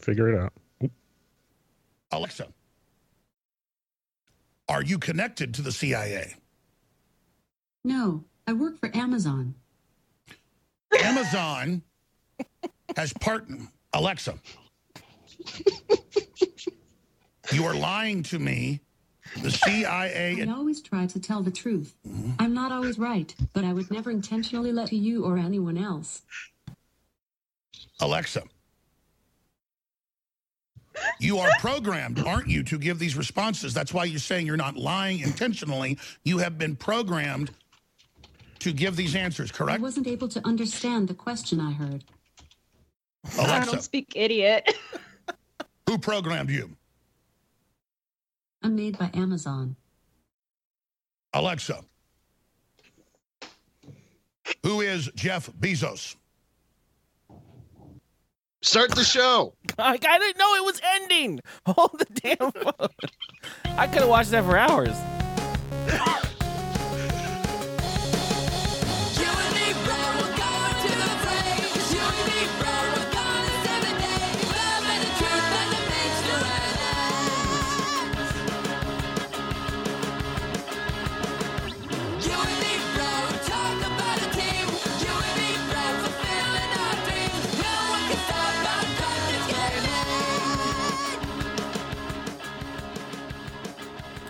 Figure it out. Oop. Alexa, are you connected to the CIA? No, I work for Amazon. Amazon has partnered. Alexa, you are lying to me. The CIA I always try to tell the truth. I'm not always right, but I would never intentionally lie to you or anyone else. Alexa, you are programmed, aren't you, to give these responses? That's why you're saying you're not lying intentionally. You have been programmed to give these answers, I correct? wasn't able to understand the question I heard. Oh, I Alexa, don't speak idiot. who programmed you? I'm made by Amazon. Alexa, who is Jeff Bezos? Start the show. I didn't know it was ending. Hold the damn phone. I could have watched that for hours.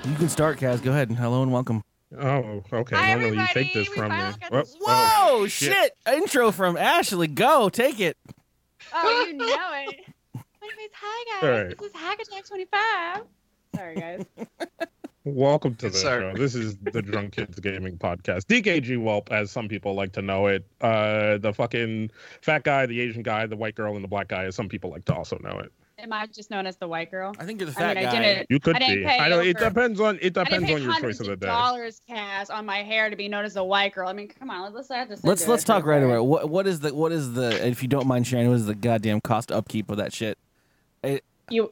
You can start, Kaz. Go ahead. Hello and welcome. Oh, okay. Hi, Normally you take everybody. this We from me. finally got Whoa, this- oh, Whoa, shit. Intro from Ashley. Go, take it. Oh, you know it. Anyways, hi All guys. right. This is Hack Attack 25. Sorry guys. Welcome to the Sorry. show. This is the Drunk Kids Gaming Podcast. DKG Welp, as some people like to know it. Uh, the fucking fat guy, the Asian guy, the white girl, and the black guy, as some people like to also know it. Am I just known as the white girl? I think you're the I fat mean, I guy. didn't. You could I didn't be. pay I know it over- depends on it I didn't depends pay on your hundreds choice of the day. dollars cash on my hair to be known as the white girl. I mean, come on, let's let's Let's let's talk right away. What what is the what is the if you don't mind sharing what is the goddamn cost upkeep of that shit? You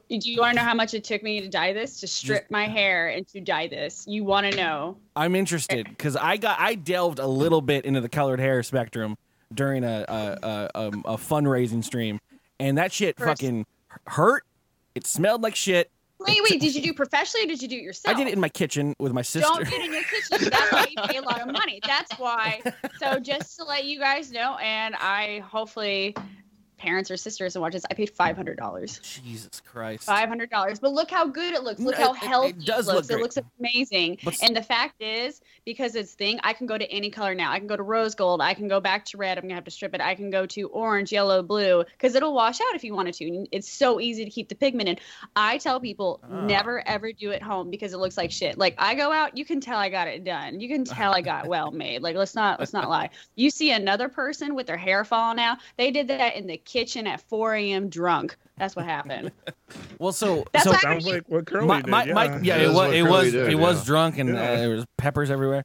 you- do you want to know how much it took me to dye this? To strip my hair and to dye this. You want to know? I'm interested because I got I delved a little bit into the colored hair spectrum during a a, a, um a fundraising stream, and that shit First- fucking hurt. It smelled like shit. Wait, wait. Did you do it professionally or did you do it yourself? I did it in my kitchen with my sister. Don't do it in your kitchen. That's why you pay a lot of money. That's why. So just to let you guys know, and I hopefully parents or sisters and watch this, I paid five hundred dollars. Jesus Christ. Five hundred dollars. But look how good it looks. Look how No, it- it- it healthy it, does look looks. great. it looks amazing. But s- And the fact is, because it's thing, I can go to any color now. I can go to rose gold. I can go back to red. I'm gonna have to strip it. I can go to orange, yellow, blue, because it'll wash out if you wanted to. And It's so easy to keep the pigment in. I tell people Ah. never ever do it home because it looks like shit. Like I go out, you can tell I got it done. You can tell I got well made. Like let's not let's not lie. You see another person with their hair falling out. They did that in the kitchen at 4 a.m. drunk. That's what happened. Well, so That's so why I Sounds like what Curly my, did. my, yeah. my- yeah, That it is was what it Curly was did, it was yeah. drunk and Yeah. uh, there was peppers everywhere.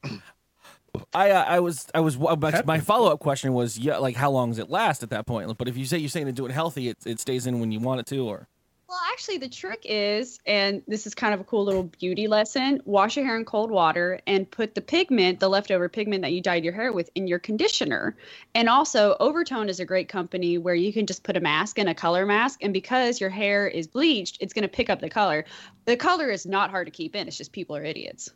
I uh, I was I was my, my Peppers. follow up question was yeah like how long does it last at that point? But if you say you're saying to do it healthy, it it stays in when you want it to or Well, actually, the trick is, and this is kind of a cool little beauty lesson wash your hair in cold water and put the pigment, the leftover pigment that you dyed your hair with, in your conditioner. And also, Overtone is a great company where you can just put a mask and a color mask. And because your hair is bleached, it's going to pick up the color. The color is not hard to keep in, it's just people are idiots.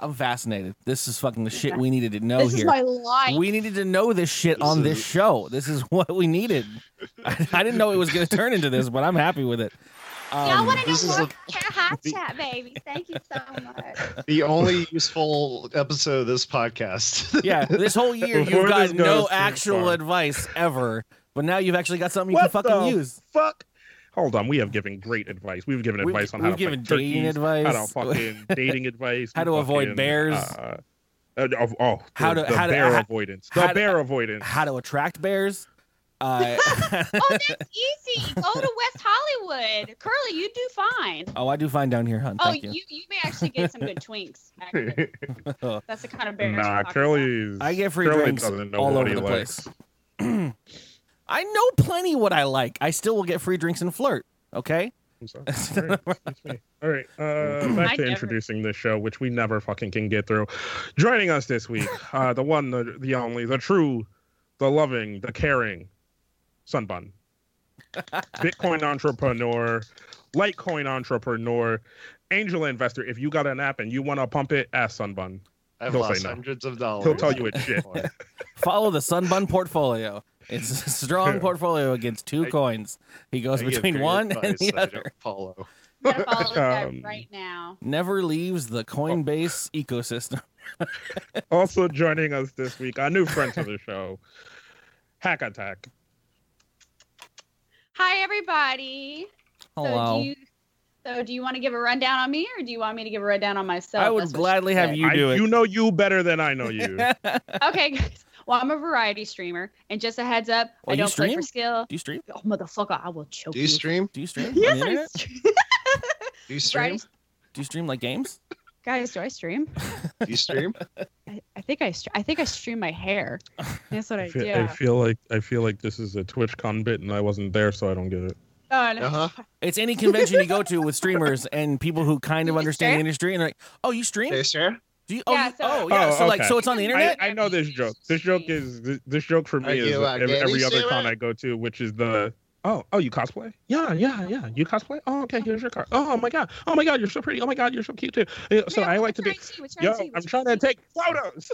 I'm fascinated. This is fucking the shit we needed to know this Oh, is here. my life. we needed to know this shit This on is- this show. This is what we needed. I, I didn't know it was going to turn into this, but I'm happy with it. Y'all Um, want to this know is more? a- Hair Hot Chat, baby. Thank you so much. The only useful episode of this podcast. yeah, this whole year Before this you've got goes no too actual far. advice ever, but now you've actually got something you What can fucking the use. Fuck. Hold on, we have given great advice. We've given We've- advice on we've how to given fight dating turkeys, how to advice. fucking dating advice, How to avoid fucking, bears. uh, uh, oh, oh, How the- to- the how to- bear how- avoidance, how the to- bear avoidance. How to attract bears. Uh, oh, that's easy. Go to West Hollywood. Curly, you do fine. oh, I do find down here, hun. Oh, Thank you. you. you may actually get some good twinks. actually. That's the kind of bear. Nah, Curly. Curly's. I get free Curly drinks doesn't know all what over he the likes. place. I know plenty what I like. I still will get free drinks and flirt. Okay. I'm sorry. All right, excuse me. All right, uh, I back to never- introducing this show, which we never fucking can get through. Joining us this week, uh, the one, the, the only, the true, the loving, the caring, Sunbun. Bitcoin entrepreneur, Litecoin entrepreneur, angel investor. If you got an app and you want to pump it, ask Sunbun. I've He'll say lost no. hundreds of dollars. He'll tell you it's shit. Follow the Sunbun portfolio. It's a strong portfolio against two I- coins. He I goes give between great one and advice the that I other. don't Follow. Gotta follow this guy Um, right now. Never leaves Oh. the Coinbase ecosystem. also joining us this week, our new friend to the show, Hack Attack. Hi, everybody. So Hello. do you, so do you want to give a rundown on me, or do you want me to give a rundown on myself? I would That's what gladly she have said. You do I, it. you know you better than I know you. Okay, guys. Well, I'm a variety streamer, and just a heads up, I Well, you don't play stream? for skill. Do you stream? Oh, motherfucker, I will choke Do you stream? Do you stream? on the Yes, I internet? stream. Do you stream? Right. Do you stream like games? guys. Do I stream? Do you stream? I, I think I str- I think I stream my hair. That's what I I feel, do. I feel like I feel like this is a Twitch con bit, and I wasn't there, so I don't get it. Oh, no. Uh-huh. It's any convention you go to with streamers and people who kind of You understand the stream? industry, and they're like, "Oh, you Do stream? you stream? Do you? Oh, Yeah, you- so- oh, yeah. Oh, so like, okay. so it's on the I, internet. I know this joke. This joke is this, this joke for Are me is you a ev- every gaming other streamer? con I go to, which is the oh oh you cosplay? Yeah yeah yeah you cosplay? Oh okay here's your card. Oh my god oh my god you're so pretty. Oh my god you're so cute too. Uh, So oh I like to do. Yo, I'm trying to take photos.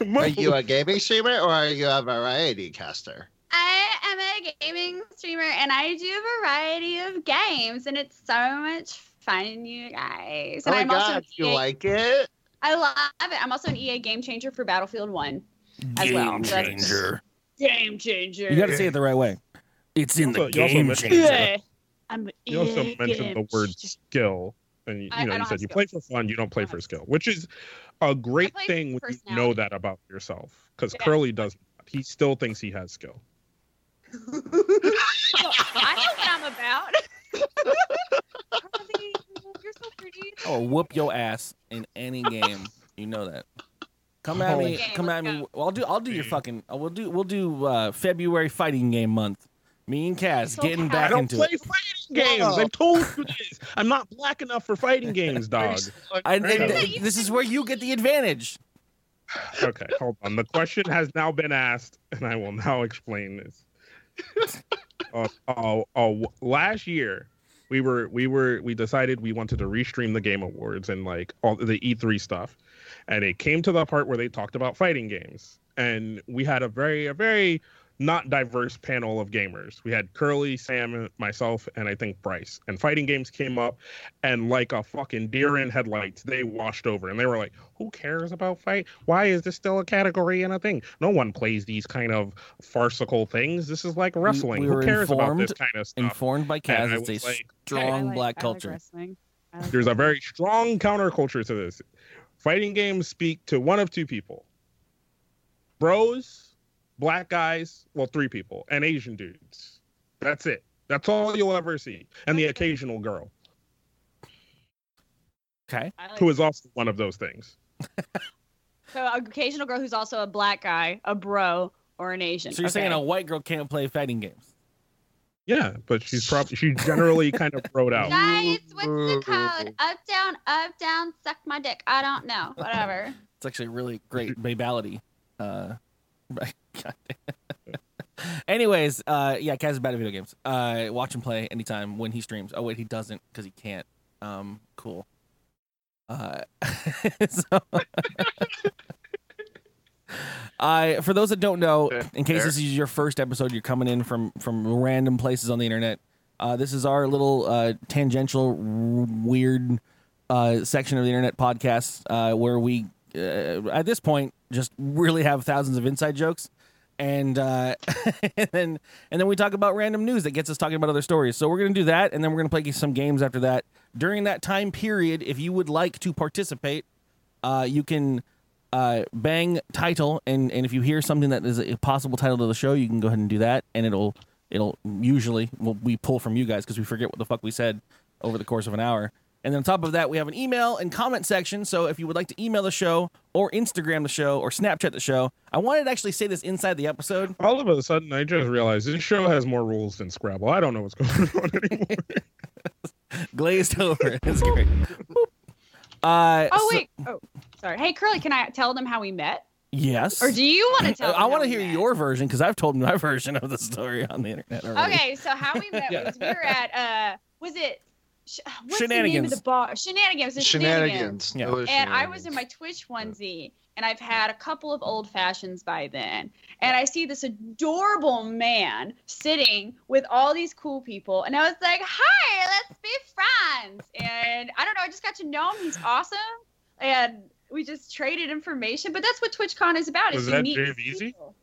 Are you a gaming streamer or are you a variety caster? I am a gaming streamer and I do a variety of games and it's so much fun, you guys. oh And my I'm also god, an you EA like it? I love it. I'm also an EA game changer for Battlefield One. as well. Game That's- changer. Game changer. You got to say it the right way. It's in Also- the you also game mentioned- changer. I'm an You also EA mentioned the game word changer. skill, and you, I- you know I you don't said have you play for skills. fun. You don't I play don't for have skill, which is a great play thing when you know that about yourself. Because Yeah. Curly does. not He still thinks he has skill. So, I know what I'm about. Harley, you're so pretty. Oh, whoop your ass in any game. You know that. Come at Oh. me. Okay, Come at let's me. go. Well, I'll do. I'll do your Okay. fucking. uh, We'll do. We'll do uh, February fighting game month. Me and Cass So getting proud. I back don't into play it. fighting games. I've told you this. I'm not black enough for fighting games, dog. I, and Isn't that you this is said where you you get the advantage. okay, hold on. The question has now been asked, and I will now explain this. uh, uh, uh, last year, we were we were we decided we wanted to restream the Game Awards and like all the E3 stuff, and it came to the part where they talked about fighting games, and we had a very a very not diverse panel of gamers. We had Curly, Sam, myself, and I think Bryce. And fighting games came up, and like a fucking deer in headlights, they washed over and they were like, "Who cares about fight? Why is this still a category and a thing? No one plays these kind of farcical things. This is like wrestling. we Who were cares about this informed- kind of stuff?" Informed by And Kaz, I it's was a like, I strong like- I black like culture. wrestling. I like there's a very strong counterculture to this. Fighting games speak to one of two people bros, black guys, well, three people, and Asian dudes. That's it. That's all you'll ever see. And the occasional girl, okay. I like- who is also one of those things. So an occasional girl who's also a black guy, a bro, or an Asian. So you're saying a okay. white girl can't play fighting games? Yeah, but she's probably, she generally kind of wrote out. Guys, what's the code? Up, down, up, down, suck my dick. I don't know. Whatever. It's actually a really great babality. Uh, right. God damn. Anyways, uh, yeah, Kaz is bad at video games. Uh, watch him play anytime when he streams. Oh wait, he doesn't because he can't. Um, cool. Uh, so I for those that don't know, in case this is your first episode, you're coming in from from random places on the internet. Uh, this is our little uh, tangential w- weird uh, section of the internet podcast uh, where we uh, at this point just really have thousands of inside jokes and uh, and then and then we talk about random news that gets us talking about other stories. So we're gonna do that, and then we're gonna play some games after that. During that time period, if you would like to participate, uh, you can uh, bang title, and and if you hear something that is a possible title to the show, you can go ahead and do that, and it'll it'll usually well, we pull from you guys because we forget what the fuck we said over the course of an hour. And then on top of that, we have an email and comment section. So if you would like to email the show or Instagram the show or Snapchat the show, I wanted to actually say this inside the episode. All of a sudden, I just realized this show has more rules than Scrabble. I don't know what's going on anymore. glazed over. That's great. Uh, Oh so- wait. Oh, sorry. Hey Curly, can I tell them how we met? Yes. Or do you want to tell? I them want how to we hear met? your version because I've told my version of the story on the internet already. Okay, so how we met was we were at uh, was it sh- what's The name of Shenanigans. the bar? Shenanigans. it was Shenanigans. Shenanigans. Yeah. It was And I was in shenanigans. my Twitch onesie, and I've had a couple of old fashions by then. And I see this adorable man sitting with all these cool people, and I was like, "Hi, let's be friends." And I don't know, I just got to know him. He's awesome, and we just traded information. But that's what TwitchCon is about. Was is you that meet Jay these Veazey? people.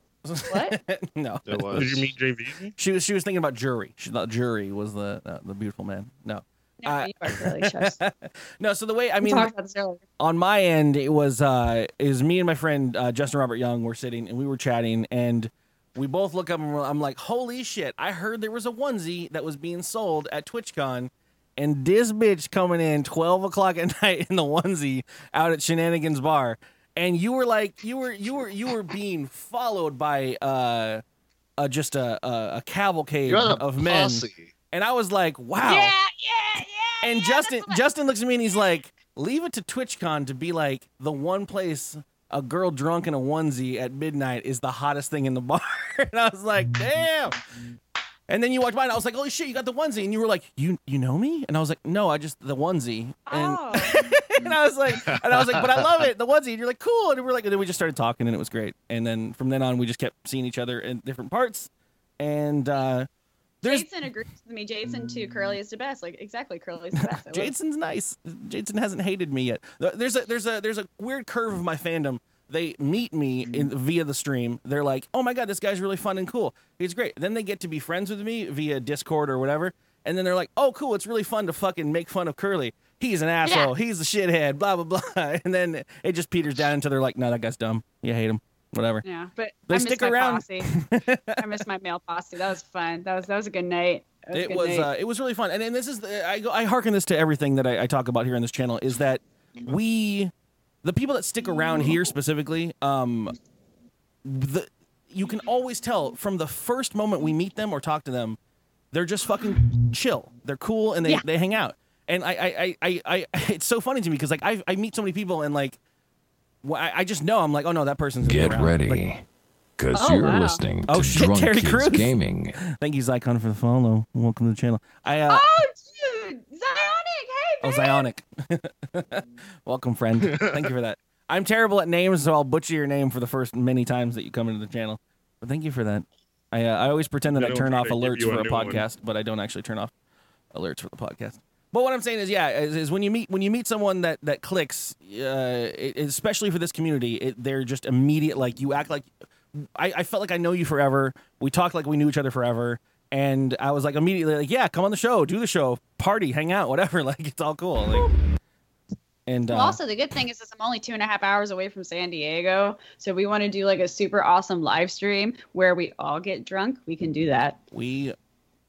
What? no. It was. Did you meet JVZ? She was she was thinking about jury. She thought jury was the uh, the beautiful man. No. No, Uh, you are really shush. no, so the way I We mean talked about this earlier. on my end it was uh it was me and my friend uh, Justin Robert Young were sitting and we were chatting and we both look up and we're, I'm like, "Holy shit, I heard there was a onesie that was being sold at TwitchCon." And this bitch coming in 12 o'clock at night in the onesie out at Shenanigans Bar. And you were like, you were, you were, you were being followed by, uh, uh just a, a, a cavalcade You're the of men. posse. And I was like, wow. Yeah, yeah, yeah. and yeah, Justin that's what I- Justin looks at me and he's like, leave it to TwitchCon to be like the one place a girl drunk in a onesie at midnight is the hottest thing in the bar. and I was like, damn. And then you walked by and I was like, holy shit, you got the onesie. And you were like, you you know me? And I was like, no, I just the onesie. And oh, and I was like, and I was like, but I love it, the onesie. And you're like, cool. And we were like, and then we just started talking, and it was great. And then from then on, we just kept seeing each other in different parts. And uh, there's Jason agrees with me. Jason too. Curly is the best. Like exactly, Curly is the best. I love- Jason's nice. Jason hasn't hated me yet. Th- There's a there's a there's a weird curve of my fandom. They meet me in via the stream. They're like, "Oh my god, this guy's really fun and cool. He's great." Then they get to be friends with me via Discord or whatever, and then they're like, "Oh, cool, it's really fun to fucking make fun of Curly. He's an asshole. He's a shithead. Blah blah blah." And then it just peters down until they're like, "No, that guy's dumb. You hate him. Whatever." Yeah, but They I miss stick my around. Posse. I miss my male posse. That was fun. That was that was a good night. That a it good was night. uh, it was really fun and, and this is the, I, go- I hearken this to everything that I, I talk about here on this channel is that we the people that stick around here specifically um the you can always tell from the first moment we meet them or talk to them they're just fucking chill they're cool and they, Yeah. they hang out and I, I, I, I, I it's so funny to me because like I, I meet so many people and like wh- I, I just know I'm like oh no that person's gonna be Get around. Like, ready, because Oh, you're wow. listening to Oh, shit, Drunk Terry Kids Crews. Gaming. thank you Zycon for the follow welcome to the channel I uh, oh, dude, Zionic. Hey, Oh, babe. Zionic. Welcome, friend. Thank you for that. I'm terrible at names, so I'll butcher your name for the first many times that you come into the channel. But thank you for that. I uh, I always pretend that I I don't turn try off to give alerts you a for a new one. podcast, but I don't actually turn off alerts for the podcast. But what I'm saying is, yeah, is, is when you meet when you meet someone that that clicks, uh, it, especially for this community, it, they're just immediate. Like you act like I, I felt like I know you forever. We talked like we knew each other forever, and I was like immediately like, yeah, come on the show, do the show, party, hang out, whatever. Like it's all cool. Like, and uh, Well, also, the good thing is, is I'm only two and a half hours away from San Diego, so we want to do like a super awesome live stream where we all get drunk. We can do that. we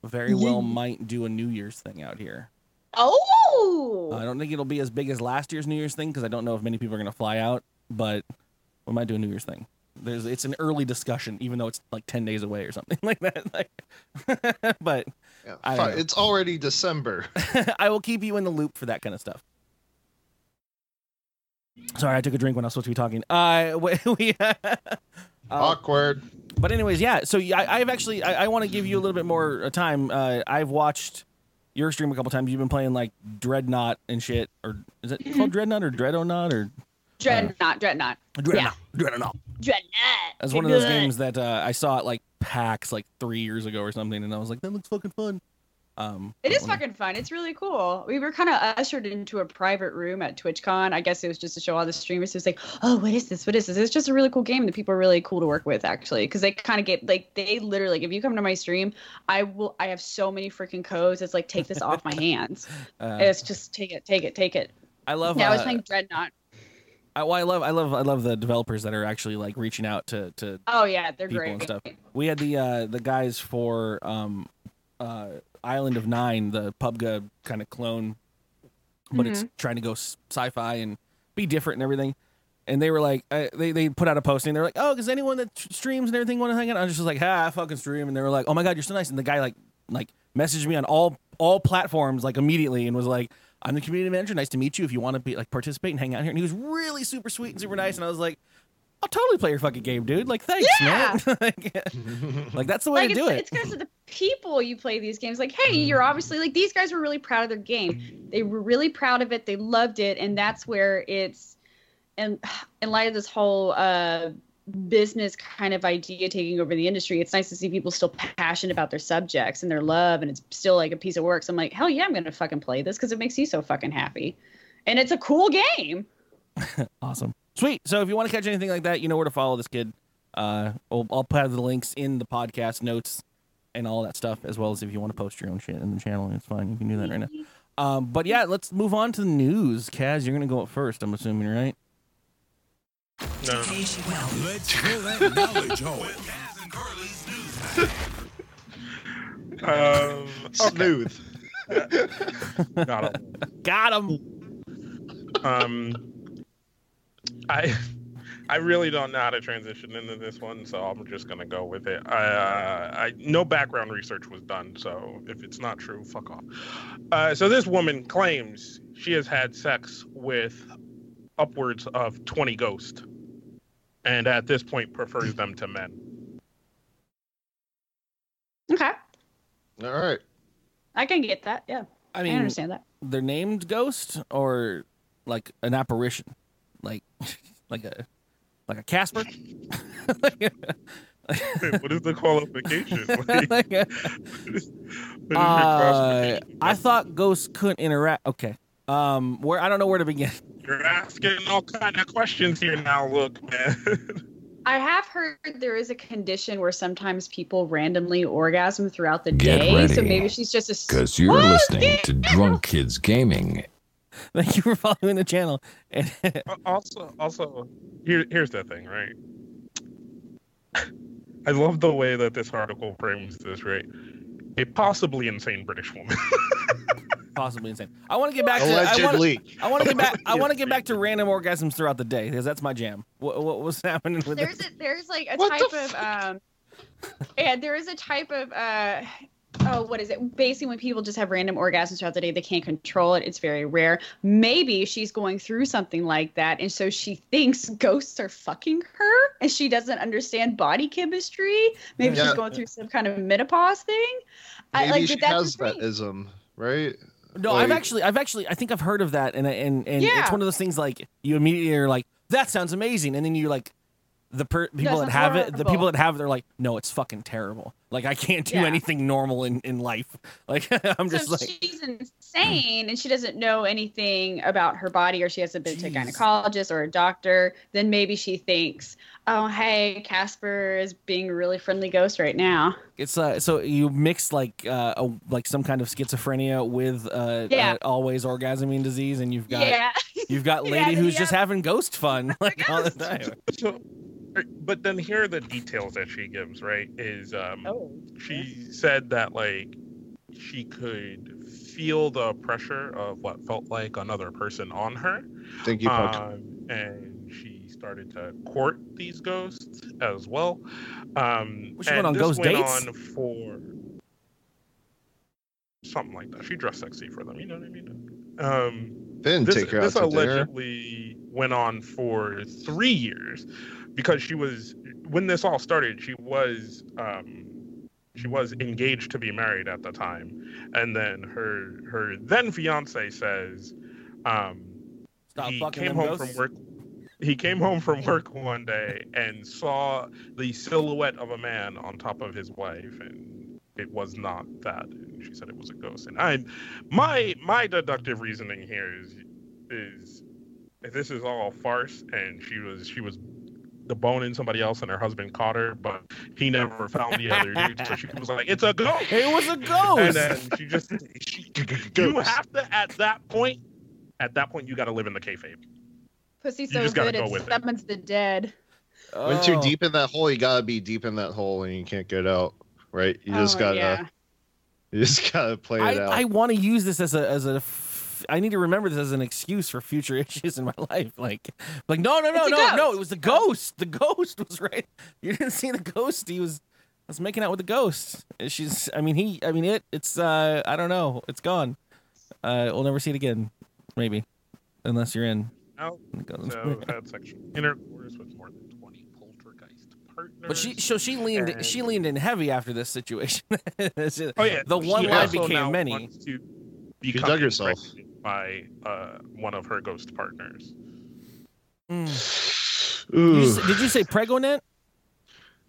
very well might do a New Year's thing out here. Oh, I don't think it'll be as big as last year's New Year's thing because I don't know if many people are going to fly out, but we might do a New Year's thing. There's it's an early discussion, even though it's like ten days away or something like that. Like, but Yeah, I fuck, don't know. it's already December. Oh. I will keep you in the loop for that kind of stuff. Sorry, I took a drink when I was supposed to be talking. Uh, we, we uh, Awkward. but anyways, yeah. So yeah, I, I've actually I, I want to give you a little bit more uh, time. Uh, I've watched your stream a couple times. You've been playing like Dreadnought and shit, or is it called Dreadnought or Dreadonaut or dreadnought, dreadnought, Dreadnought? Dreadnought. dreadnought. That's one of those games that uh, I saw at like PAX like three years ago or something, and I was like, that looks fucking fun. Um, It I is wanna- fucking fun. It's really cool. We were kind of ushered into a private room at TwitchCon. I guess it was just to show all the streamers. It was like, oh, what is this? What is this? It's just a really cool game that people are really cool to work with, actually, because they kind of get like they literally, like, if you come to my stream, I will. I have so many freaking codes. It's like take this off my hands. Uh, It's just take it, take it, take it. I love. Yeah, I was uh, playing Dreadnought. I, well, I love, I love, I love the developers that are actually like reaching out to to Oh yeah, they're people great. and stuff. We had the uh, the guys for um, uh, Island of Nine, the PUBG kind of clone, but it's trying to go s- sci-fi and be different and everything. And they were like, uh, they they put out a posting. They're like, oh, does anyone that tr- streams and everything want to hang out? I was just like, ah, I fucking stream. And they were like, oh my god, you're so nice. And the guy like like messaged me on all all platforms like immediately and was like. I'm the community manager. Nice to meet you. If you want to be like participate and hang out here, and he was really super sweet and super nice. And I was like, I'll totally play your fucking game, dude. Like, thanks, Yeah. man. like, like, that's the way like to it's, do it. Mm-hmm. it's because of the people you play these games. Like, hey, you're obviously like these guys were really proud of their game. They were really proud of it. They loved it, and that's where it's. And in light of this whole uh, business kind of idea taking over the industry, it's nice to see people still passionate about their subjects and their love, and it's still like a piece of work. So I'm like, hell yeah, I'm gonna fucking play this because it makes you so fucking happy, and it's a cool game. Awesome. Sweet. So if you want to catch anything like that, you know where to follow this kid. Uh, I'll, I'll put the links in the podcast notes and all that stuff, as well as if you want to post your own shit in the channel. It's fine. You can do that right now. Um, but yeah, let's move on to the news. Kaz, you're going to go up first, I'm assuming, right? Let's fill that knowledge hole. Um, Smooth. got him. Got him. Um, I I really don't know how to transition into this one, so I'm just gonna go with it. I, uh, I no background research was done, so if it's not true, fuck off. Uh, so this woman claims she has had sex with upwards of 20 ghosts, and at this point prefers them to men. Okay, All right. I can get that. Yeah, I I, mean, understand that. they're named ghost or like an apparition, like like a like a Casper. what is the qualification? Like, Like a- what is your uh, classification? I thought ghosts couldn't interact. Okay. Um, where I don't know where to begin. You're asking all kind of questions here now. Look, man. I have heard there is a condition where sometimes people randomly orgasm throughout the Get day. So ready. maybe she's just a Because you're What? listening to Drunk Kids Gaming. Thank you for following the channel. And Al- Uh, also also here here's the thing right i love the way that this article frames this right a possibly insane british woman possibly insane. I want to get back to Allegedly. I want to get back. I want to get back to random orgasms throughout the day because that's my jam. What, what was happening with there's this? a, there's like a What the type of um yeah there is a type of uh oh what is it basically when people just have random orgasms throughout the day they can't control it it's very rare maybe she's going through something like that and so she thinks ghosts are fucking her and she doesn't understand body chemistry maybe Yeah. she's going through some kind of menopause thing Maybe I, like she but that's the has that thing. ism, right? No, I've like- actually, I've actually, I think I've heard of that, and I- and and Yeah. it's one of those things like you immediately are like, that sounds amazing, and then you like. The per- people sounds that have it, the people horrible. that have it, they're like, no, it's fucking terrible. Like, I can't do Yeah. anything normal in, in life. Like, I'm just so like, she's insane and she doesn't know anything about her body or she hasn't been to a Jeez. gynecologist or a doctor, then maybe she thinks, oh, hey, Casper is being a really friendly ghost right now. It's uh, so you mix like uh, a, like some kind of schizophrenia with uh, Yeah. uh, always orgasming disease, and you've got yeah. you've got Yeah, lady who's yeah. just having ghost fun like all the time. so but then here are the details that she gives right is um oh. she said that like she could feel the pressure of what felt like another person on her Thank you, Ah. Punk. Um, and she started to court these ghosts as well. Um, Was she and going on this ghost went dates? on for something like that. She dressed sexy for them. You know what I mean? Um, Finn, this take her out this to dinner. allegedly went on for three years because she was when this all started. She was um, she was engaged to be married at the time, and then her her then fiance says. Um, Stop he fucking came them home from ghosts. work. He came home from work one day and saw the silhouette of a man on top of his wife, and it was not that. And she said it was a ghost. And I, my my deductive reasoning here is, is this is all a farce, and she was she was the bone in somebody else, and her husband caught her, but he never found the other dude. So she was like, "It's a ghost." It was a and ghost. then she just she, you have to at that point. At that point, you got to live in the kayfabe. Pussy's You so just gotta good, go it with it. summons the dead. When too Oh. deep in that hole, you gotta be deep in that hole, and you can't get out. Right? You just Oh, gotta, yeah. you just gotta play it out. I, I want to use this as a as a f- I need to remember this as an excuse for future issues in my life. Like, like no, no, no, It's a no, no. ghost. It was the ghost. The ghost was right. You didn't see the ghost. He was I was making out with the ghost. And She's. I mean, he. I mean, it. It's. uh I don't know. It's gone. Uh, we'll never see it again. Maybe, unless you're in. Now, Go- So had sexual intercourse with more than 20 partners. But she so she leaned And- she leaned in heavy after this situation. Oh yeah, the she one line also became now many. wants to dug become herself. impregnated by uh, one of her ghost partners. Mm. You Ooh, s- did you say pregonant?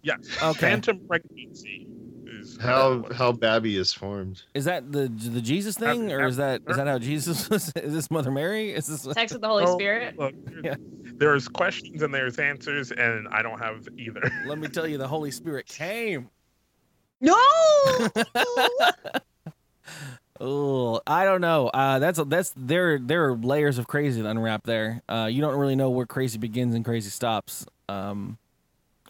Yes, Okay. phantom pregnancy is how how Babby is formed. Is that the the Jesus That's- thing, or is that is that how Jesus was? Is this Mother Mary? Is this Sex with the Holy Oh, Spirit. Look, Yeah. there's questions and there's answers, and I don't have either. Let me tell you, the Holy Spirit came. No. Oh, I don't know. Uh, that's that's there. There are layers of crazy to unwrap there. Uh, you don't really know where crazy begins and crazy stops. Um,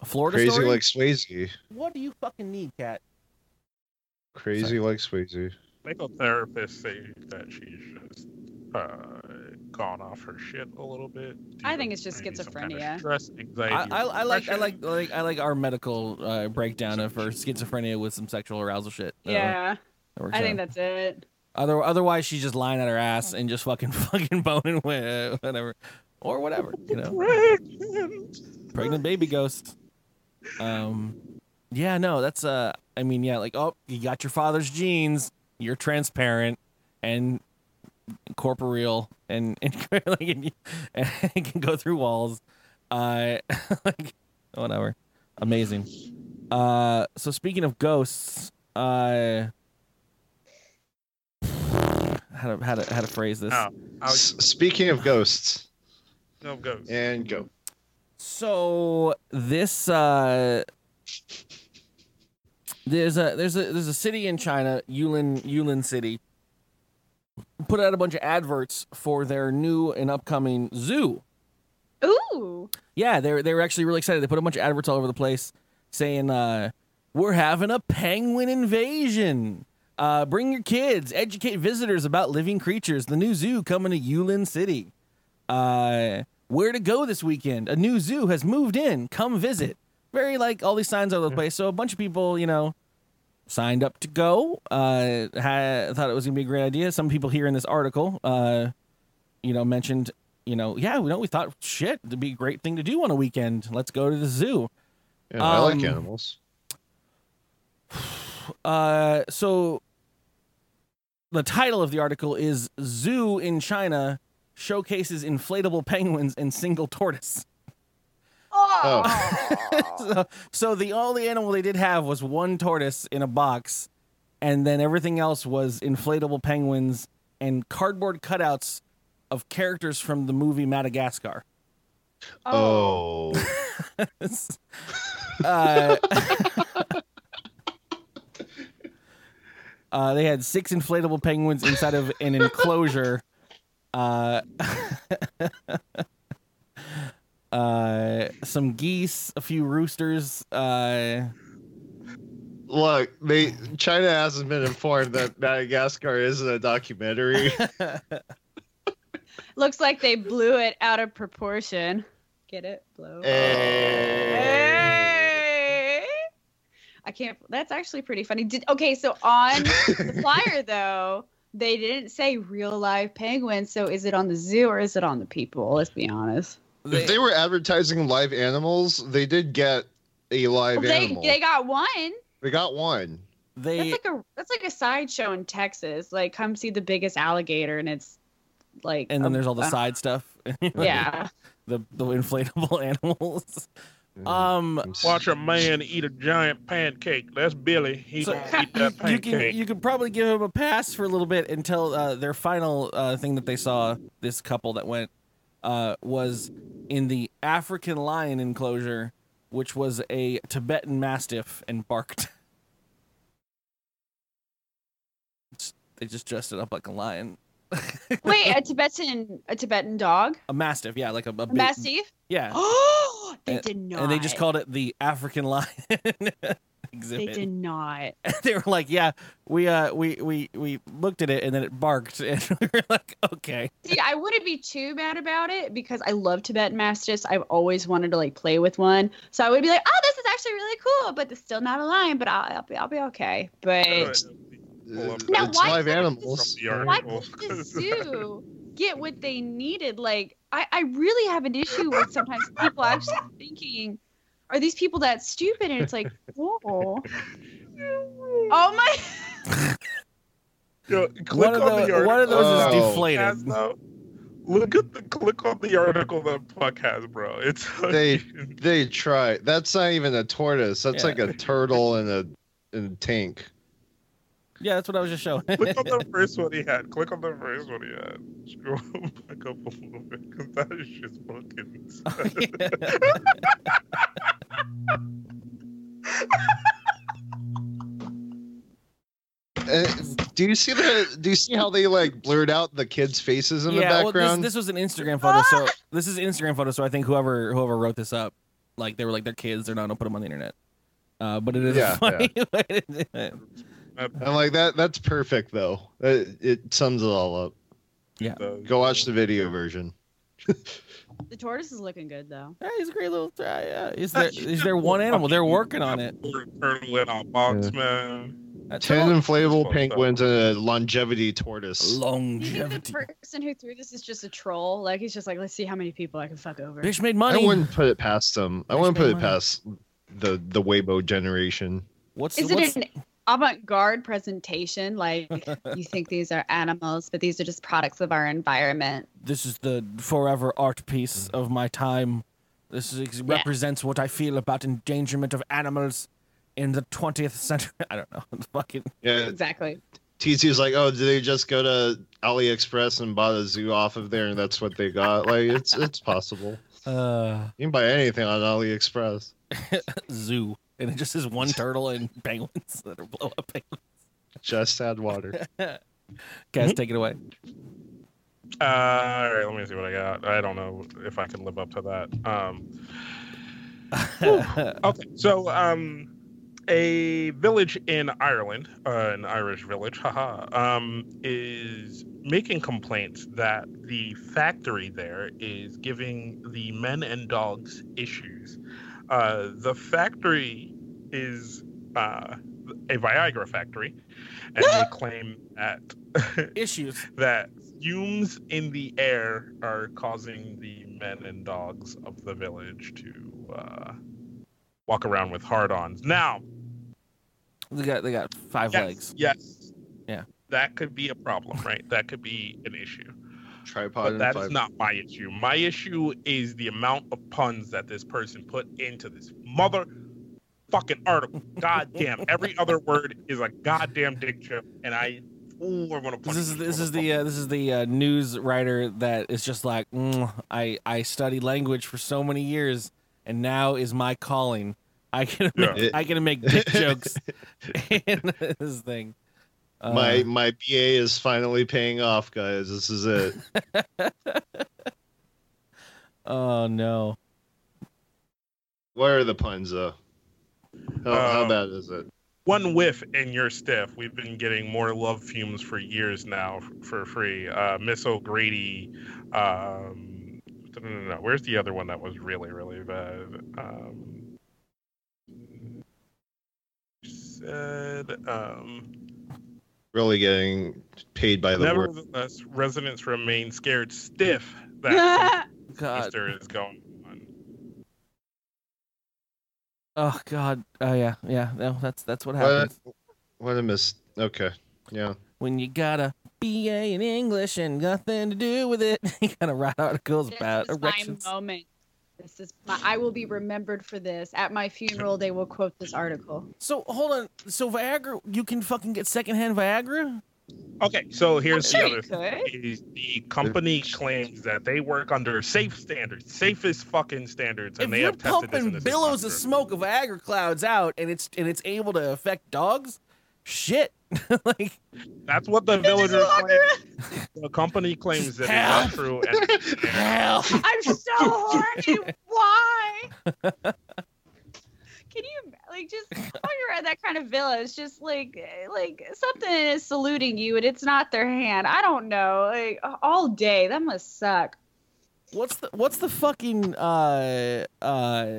a Florida Crazy story? like Swayze. what do you fucking need, cat? Crazy like Swayze. Medical therapists say that she's just uh, gone off her shit a little bit. due I to think it's just maybe some kind of schizophrenia. stress, anxiety. I, I, or I like I depression. like like I like our medical uh, breakdown of her schizophrenia with some sexual arousal shit. Uh, yeah, that works I think out. that's it. Other, otherwise, she's just lying on her ass and just fucking fucking boning with whatever, or whatever, you know, Pregnant. pregnant baby ghost. Um, yeah, no, that's uh, I mean, yeah, like oh, you got your father's genes, you're transparent and corporeal, and and like and, and can go through walls. Uh, like whatever, amazing. Uh, so speaking of ghosts, uh. How to, how to how to phrase this? Oh, I was S- speaking of ghosts, no ghost. and go. So this uh there's a there's a there's a city in China, Yulin Yulin City, put out a bunch of adverts for their new and upcoming zoo. Ooh. Yeah, they were, they were actually really excited. They put a bunch of adverts all over the place saying, uh, "We're having a penguin invasion. Uh, bring your kids. Educate visitors about living creatures. The new zoo coming to Yulin City. Uh, where to go this weekend? A new zoo has moved in. Come visit. Very like all these signs all over the place. So a bunch of people, you know." Signed up to go. Uh, ha thought it was gonna be a great idea. Some people here in this article, uh, you know, mentioned, you know, yeah, we know we thought shit, it'd be a great thing to do on a weekend. Let's go to the zoo. Yeah, I like Um, animals. Uh, so the title of the article is "Zoo in China showcases inflatable penguins and single tortoise." Oh. so, so the only animal they did have was one tortoise in a box, and then everything else was inflatable penguins and cardboard cutouts of characters from the movie Madagascar. Oh, uh, uh, they had six inflatable penguins inside of an enclosure. Uh, uh, some geese, a few roosters. Uh, look, they China hasn't been informed that Madagascar isn't a documentary. Looks like they blew it out of proportion. Get it? Blow. Hey. Hey! I can't. That's actually pretty funny. Did okay. So on the flyer though, they didn't say real live penguins. So is it on the zoo or is it on the people? Let's be honest. If they were advertising live animals, they did get a live they animal. they got one. They got one. they That's like a that's like a sideshow in Texas. Like come see the biggest alligator and it's like. and a- then there's all the side stuff. Yeah. the the inflatable animals. Mm. Um, Watch a man eat a giant pancake. That's Billy. He So- gonna eat that you pancake. can you could probably give him a pass for a little bit until uh, their final uh, thing that they saw this couple that went uh, was in the African lion enclosure, which was a Tibetan mastiff and barked. It's- they just dressed it up like a lion, Wait, a Tibetan a Tibetan dog, a mastiff, yeah, like a, a a big, mastiff. yeah, Oh, they did not. and they just called it the African lion They exhibit. did not. they were like, "Yeah, we uh, we we we looked at it and then it barked," and we were like, "Okay." See, I wouldn't be too mad about it because I love Tibetan Mastiffs. I've always wanted to like play with one, so I would be like, "Oh, this is actually really cool," but it's still not a lion. But I'll, I'll be, I'll be okay. Uh, But Now, it's why live couldn't animals. this- From the why Cool. couldn't the zoo get what they needed? Like, I, I really have an issue with sometimes people actually thinking, are these people that stupid? And it's like, whoa. oh my. Yo, click One of, on the, the, article. one of those is Oh. Has, deflated. though. Look at the click on the article that Puck has, bro. It's They they try. That's not even a tortoise. That's Yeah. like a turtle in a in a tank. Yeah, that's what I was just showing. click on the first one he had. Click on the first one he had. Scroll back up a little bit because that is just fucking. Uh, do you see the? Do you see how they like blurred out the kids' faces in yeah, the well, background? this, this was an Instagram photo, Ah! so this is an Instagram photo. So I think whoever whoever wrote this up, like they were like their kids, they're not gonna put them on the internet. Uh, but it is Yeah, funny. way to do it. I'm like that. That's perfect though. It, it sums it all up. Go watch the video version. The tortoise is looking good though. Yeah, he's a great little. Uh, yeah. Is there is there one animal? They're working on it. Turtle in a box, man. That's Ten all. inflatable penguins and a longevity tortoise. You think longevity. the person who threw this is just a troll? Like he's just like, let's see how many people I can fuck over. Bitch made I money. wouldn't put it past them. I Nice wouldn't put it penguin. past the the Weibo generation. What's Is what's it an avant-garde presentation? Like you think these are animals, but these are just products of our environment. this is the forever art piece of my time. This is, represents what I feel about endangerment of animals in the 20th century. I don't know. It's fucking Yeah, Exactly. TC was like, "Oh, did they just go to AliExpress and bought a zoo off of there, and that's what they got?" Like, it's it's possible. uh, You can buy anything on AliExpress. zoo. And it just is one turtle and penguins that are blow up. Just add water. Guys, take it away. Uh, all right, let me see what I got. I don't know if I can live up to that. Um, okay, so um, a village in Ireland, uh, an Irish village, haha, um, is making complaints that the factory there is giving the men and dogs issues. Uh, the factory is uh, a Viagra factory, and they claim that Issues. that fumes in the air are causing the men and dogs of the village to uh, walk around with hard-ons. Now, They got they got five yes, legs. yes, Yeah. that could be a problem, right? That could be an issue. Tripod. But and that fiber. is not my issue. My issue is the amount of puns that this person put into this mother fucking article. God damn. Every other word is a goddamn dick chip, and I. Ooh, I want to punch This is this is the uh, this is the uh, news writer that is just like mm, I I studied language for so many years and now is my calling. I can Yeah. make, I can make dick jokes in this thing. Uh, my my BA is finally paying off, guys. This is it. oh no. Where are the puns though? How, how Um, bad is it? one whiff and you're stiff. We've been getting more love fumes for years now f- for free. Uh, Miss O'Grady. Um, no, no, no, no. Where's the other one that was really, really bad? Um, said. Um, Really getting paid by the word. nevertheless, residents remain scared stiff that God. Easter is going on. Oh god. Oh yeah. Yeah. No, that's that's what What, happens what a miss. Okay. Yeah. when you got a BA in English and nothing to do with it. you gotta write articles about this is my erections. moment. This is my. I will be remembered for this. At my funeral, they will quote this article. So hold on. So Viagra, you can fucking get secondhand Viagra. Okay, so here's sure the you other thing. could. is The company claims that they work under safe standards, safest fucking standards, and if they you're have tested this. pumping and this is billows not true. of smoke of Viagra clouds out, and it's and it's able to affect dogs, shit. like That's what the villager claims. The company claims that it's not true. And hell. I'm so horny. Why? Can you like just when you're at that kind of villa? It's just like like something is saluting you, and it's not their hand. I don't know. Like all day, that must suck. What's the what's the fucking uh uh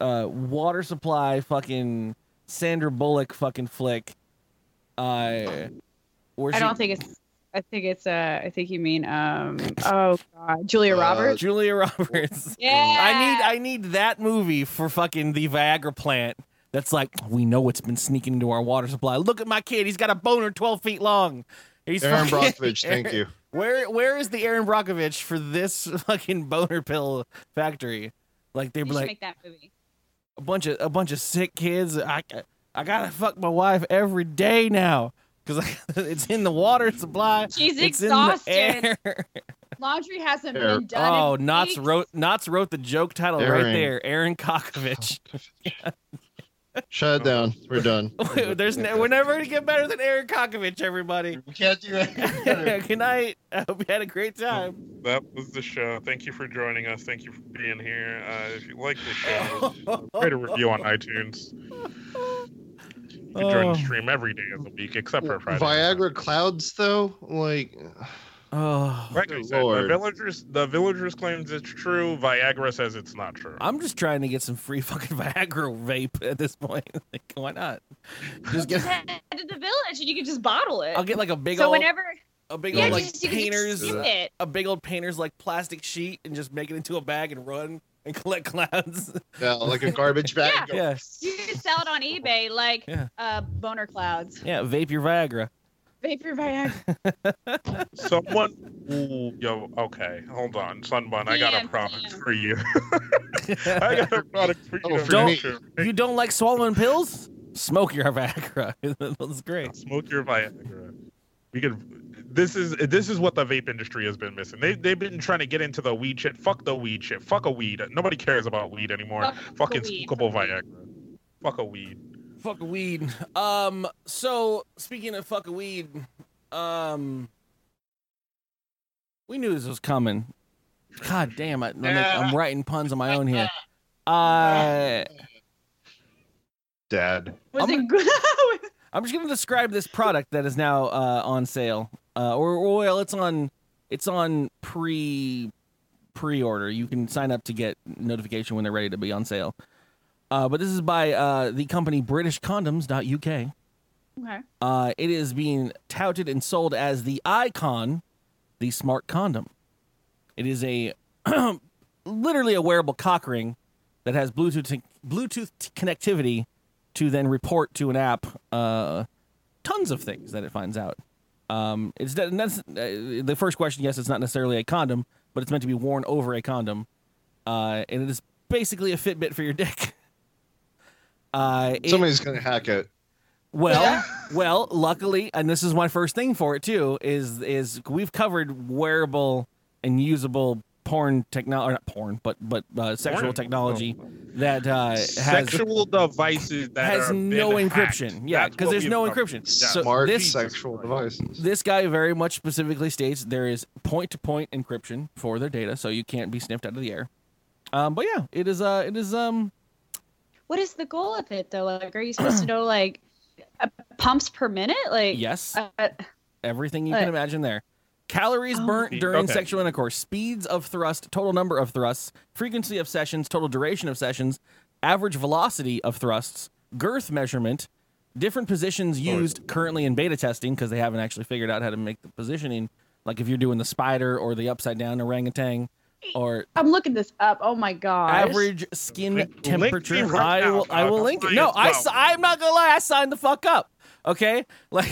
uh water supply fucking Sandra Bullock fucking flick? Uh, where I she, don't think it's I think it's uh, I think you mean um, oh god, Julia Uh, Roberts. Julia Roberts. Yeah, I need I need that movie for fucking the Viagra plant. That's like we know it's been sneaking into our water supply. Look at my kid; he's got a boner twelve feet long. He's Aaron fucking- Brockovich, thank you. Where where is the Aaron Brockovich for this fucking boner pill factory? Like they'd You be should like make that movie. a bunch of a bunch of sick kids. I I gotta fuck my wife every day now because it's in the water supply. She's it's exhausted. In the air. Laundry hasn't There. been done. Oh, in Knotts weeks. wrote Knotts wrote the joke title right Aaron. there. Aaron Kokovich. Shut it down. We're done. There's ne- we're never gonna get better than Aaron Kokovich, everybody. We can't do it. Good night. I hope you had a great time. That was the show. Thank you for joining us. Thank you for being here. Uh, if you like the show, write a review on iTunes. You can join Oh. the stream every day of the week except for Friday. Viagra clouds, though, like Oh, Like I said, the Lord. villagers, the villagers claims it's true. Viagra says it's not true. I'm just trying to get some free fucking Viagra vape at this point. Like, why not? Just get. Just head to the village and you can just bottle it. I'll get like a big so old, whenever a big yeah, old like just, you painters, can just sip it. a big old painters like plastic sheet, and just make it into a bag and run and collect clouds. yeah, like a garbage bag. Yeah. yeah, You can sell it on eBay like Yeah. uh, boner clouds. yeah. Vape your Viagra. Vapor Viagra. Someone, ooh, yo, okay, hold on, Sunbun. I got a DM. product for you. I got a product for you. Oh, to for make me. sure. You don't like swallowing pills? Smoke your Viagra. That's great. Smoke your Viagra. We could. This is this is what the vape industry has been missing. They they've been trying to get into the weed shit. Fuck the weed shit. Fuck a weed. Nobody cares about weed anymore. Fuck Fucking the weed. smokable Viagra. Fuck a weed. Fuck weed. Um. So speaking of fuck weed, um, we knew this was coming. God damn it! I'm, I'm writing puns on my own here. Uh, Dad. Was I'm- it good? I'm just gonna describe this product that is now uh, on sale. Uh, or or, well, it's on it's on pre pre order. You can sign up to get notification when they're ready to be on sale. Uh, but this is by uh, the company BritishCondoms.uk. okay. Uh, it is being touted and sold as the icon, the smart condom. It is a literally a wearable cock ring that has Bluetooth Bluetooth connectivity to then report to an app uh, tons of things that it finds out. Um, it's and that's uh, the first question. Yes, it's not necessarily a condom, but it's meant to be worn over a condom, uh, and it is basically a Fitbit for your dick. Uh, it- Somebody's gonna hack it. well, well, luckily, and this is my first thing for it too. Is is we've covered wearable and usable porn technology, not porn, but but uh, sexual Porn? Oh. technology that uh, has Sexual devices that has are no been encryption. hacked. Yeah, That's 'cause what there's we've no covered. encryption. Yeah. So Smart this- sexual devices. this guy very much specifically states there is point to point encryption for their data, so you can't be sniffed out of the air. Um, but yeah, it is. Uh, it is. Um, What is the goal of it though? Like, are you supposed to know like uh, pumps per minute? Like, yes. Uh, everything you Like- can imagine there. Calories Oh. burnt during Okay. sexual intercourse, speeds of thrust, total number of thrusts, frequency of sessions, total duration of sessions, average velocity of thrusts, girth measurement, different positions Oh, used currently in beta testing because they haven't actually figured out how to make the positioning. Like if you're doing the spider or the upside down orangutan, or I'm looking this up. Oh my gosh. average skin Link- link temperature. me right I now, will. I will dog. link it. Why No, it's I. low. s- I'm not gonna lie. I signed the fuck up. Okay, like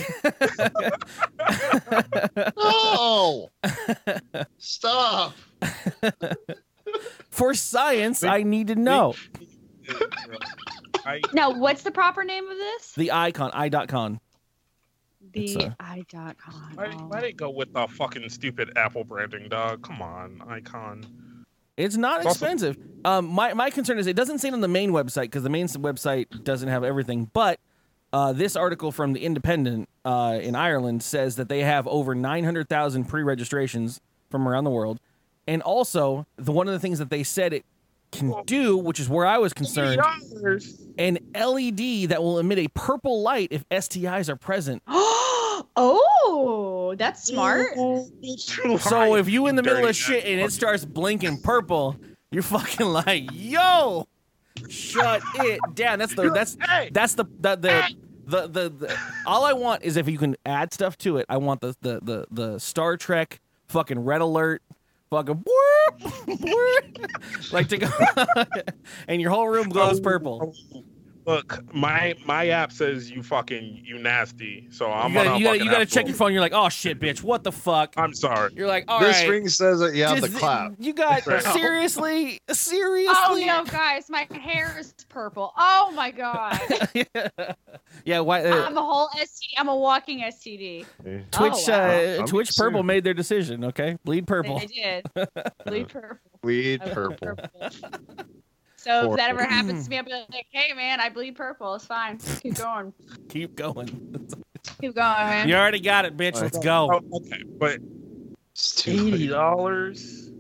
No! Stop! for science, I need to know. I, Now, what's the proper name of this? The icon, i.con. it's, The uh, i dot why, com. why they go with the fucking stupid Apple branding, dog? Come on, Icon. It's not It's also- expensive. Um, my, my concern is it doesn't say it on the main website because the main s- website doesn't have everything. But uh, this article from The Independent uh, in Ireland says that they have over 900,000 pre registrations from around the world. And also, the one of the things that they said it can do, which is where I was concerned, an LED that will emit a purple light if STIs are present. oh, that's smart. So if you in the middle of shit and it starts blinking purple, you're fucking like, yo, shut it down. That's the that's that's the the the, the, the the all I want is if you can add stuff to it. I want the the the, the Star Trek fucking red alert, fucking whoop, whoop, like to go, and your whole room glows purple. Look, my my app says you fucking you nasty, so I'm You gotta, on you gotta, you gotta check your phone. phone. You're like, oh shit, bitch, what the fuck? I'm sorry. You're like, all right. this ring says that you have to Just- clap. You got Right. seriously, seriously. Oh no, guys, my hair is purple. Oh my god, yeah, why? Uh, I'm a whole STD. I'm a walking STD. Twitch, Um, oh, wow. uh, I'm Twitch Purple concerned. made their decision. Okay, bleed purple. They did. Blue purple. Bleed I bleed purple. So if Horrible. that ever happens to me, I'll be like, "Hey, man, I bleed purple. It's fine. Keep going. Keep going. Keep going, man." You already got it, bitch. Let's go. Oh, okay, but It's too eighty late. dollars.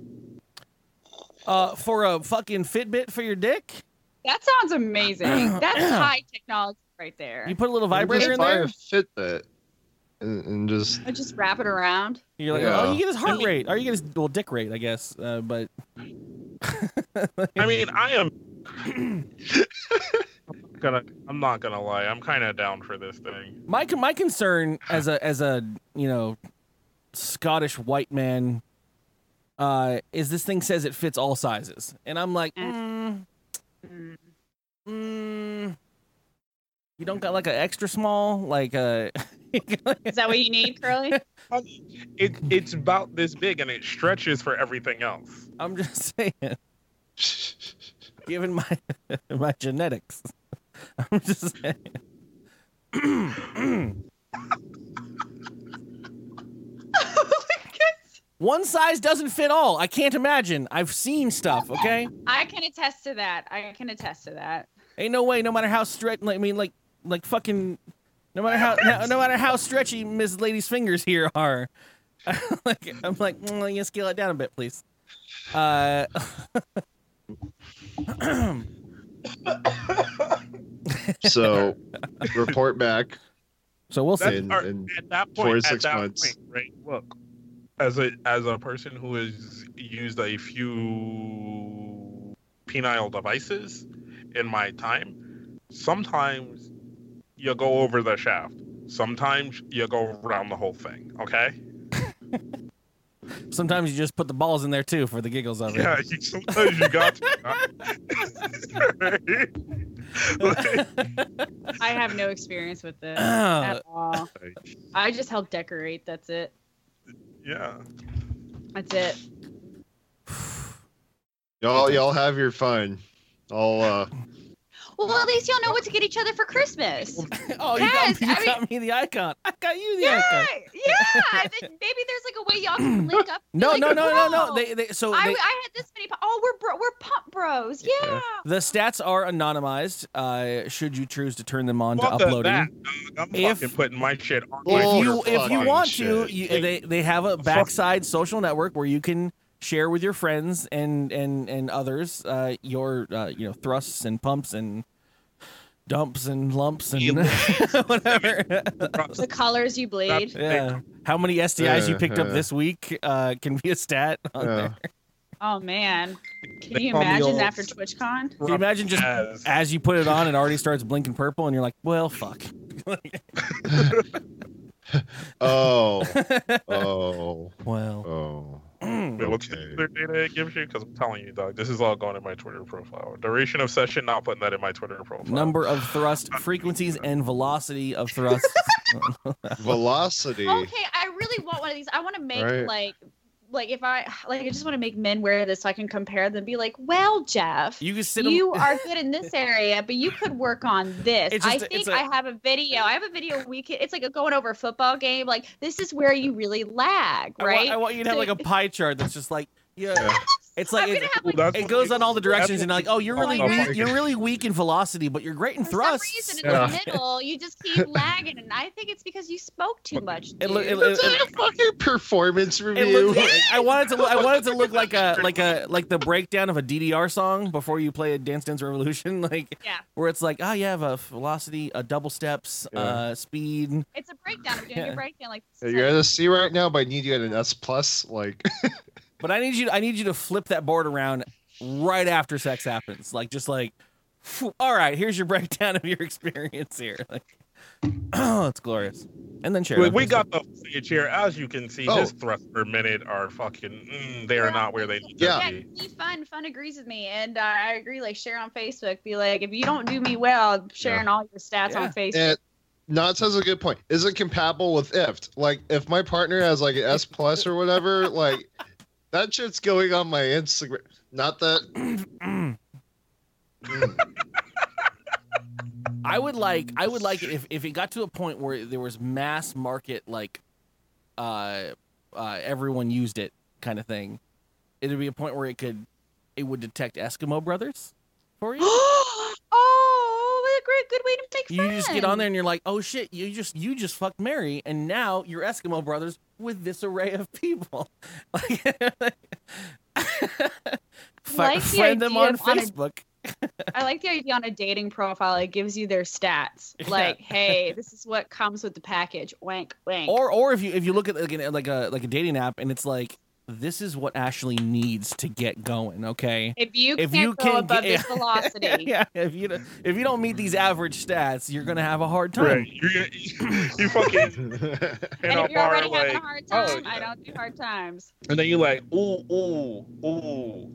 Uh, for a fucking Fitbit for your dick, That sounds amazing. That's high technology right there. you put a little You vibrator just in buy there. a Fitbit and, and just I just wrap it around. You're like, Yeah. oh, you get his heart rate, or you get his well dick rate, I guess. Uh, but I mean, I am I'm gonna. I'm not gonna lie. I'm kind of down for this thing. my con- my concern as a as a you know Scottish white man uh, is this thing says it fits all sizes, and I'm like, mm, mm, you don't got like an extra small, like uh, a Is that what you need, Curly? It it's about this big and it stretches for everything else. I'm just saying, given my my genetics, I'm just saying. One size doesn't fit all. I can't imagine. I've seen stuff. Okay, I can attest to that. I can attest to that. ain't no way. No matter how stretch, like, I mean, like, like fucking, no matter how, no, no matter how stretchy Miss Lady's fingers here are, like, I'm like, mm, can you scale it down a bit, please. Uh, so report back so we'll see. That's in, our- in At that point, Four to at six that months. point, right? Look, as a as a person who has used a few penile devices in my time, sometimes you go over the shaft. Sometimes you go around the whole thing. Okay. Sometimes you just put the balls in there too for the giggles of it. Yeah, you, sometimes you got to. Like, I have no experience with this Ah. at all. I just help decorate. That's it. yeah. That's it. y'all y'all have your fun i'll uh Well, at least y'all know what to get each other for Christmas. Oh, Yes, you, got, I you got me the icon. I got you the Yeah, icon. yeah. I think maybe there's like a way y'all can link up. No, Like, no, no, no, no. bro, They, they so I, they, I had this many. pu- Oh, we're bro, we're pump bros. Yeah. the stats are anonymized. Uh, should you choose to turn them on Fuck to that, uploading? dog. I'm If- fucking putting my shit on If my Oh, if you you're if you fucking want shit. to, you, they they have a backside social network where you can share with your friends and and and others uh, your uh, you know thrusts and pumps and dumps and lumps and whatever. The colors you bleed. yeah. How many STIs you Yeah, picked up yeah. this week uh, can be a stat on Yeah. there. Oh man, can They you call me imagine old- after TwitchCon? Can you imagine just As. as you put it on, it already starts blinking purple, and you're like, "Well, fuck." oh oh Well, mm. oh Wait, what's the Okay. other data it gives you? Because I'm telling you, dog, this is all going in my Twitter profile. Duration of session, not putting that in my Twitter profile. number of thrust frequencies and velocity of thrust. velocity Okay, I really want one of these. I want to make Right. like, like if I like, I just want to make men wear this so I can compare them. Be like, well, Jeff, you can sit. 'em- you are good in this area, but you could work on this. It's I just- it's think a- I have a video. I have a video. We can. It's like a going over a football game. Like this is where you really lag, I want- right? I want, you to have like a pie chart that's just like, yeah. It's like I'm it, gonna have Well, like that's it what goes we- on all the directions, and like, oh, you're really Oh, my weak, you're really weak in velocity, but you're great in for thrust. some reason in Yeah. the middle you just keep lagging, and I think it's because you spoke too much. It look- it- dude. it- It's like a fucking performance It review looked, I wanted to. look- I wanted to look like a like a like the breakdown of a DDR song before you play a Dance Dance Revolution, like Yeah. where it's like, oh, you have a velocity, a double steps, Yeah. uh, speed. It's a breakdown. I'm doing Yeah. a breakdown. Like this is you're it. at a c right now but i need you at an s plus like But I need you. I need you to flip that board around right after sex happens. Like just like, phew, all right, here's your breakdown of your experience here. Like, it's glorious. And then share. it We, on we Facebook. got the footage here. As you can see, Oh. his thrusts per minute are fucking. Mm, they are not where they need Yeah. to be. be fun. Fun agrees with me, and uh, I agree. Like share on Facebook. Be like, if you don't do me well, sharing all your stats Yeah. on Facebook. And Knots has a good point. Is it compatible with IFT? Like, if my partner has like an S plus or whatever, like that shit's going on my Instagram. Not that I would like I would like it if if it got to a point where there was mass market like uh uh everyone used it kind of thing. It would be a point where it could it would detect Eskimo brothers for you. oh, what a great, good way to make You friends. just get on there and you're like, "Oh shit, you just you just fucked Mary and now you're Eskimo brothers with this array of people." Like fi- Like the friend them idea on of on a- Facebook. I like the idea on a dating profile. It gives you their stats. Yeah. Like, hey, this is what comes with the package. Wank, wank. Or or if you if you look at like, an, like a like a dating app and it's like this is what Ashley needs to get going, okay? if you if can't you go can above get- this velocity, yeah, if you don't- if you don't meet these average stats, you're gonna have a hard time. Right. You're gonna, you fucking hit and if up you're our already like, having a hard oh, time, I yeah. don't do hard times. and then you like, ooh, ooh, ooh.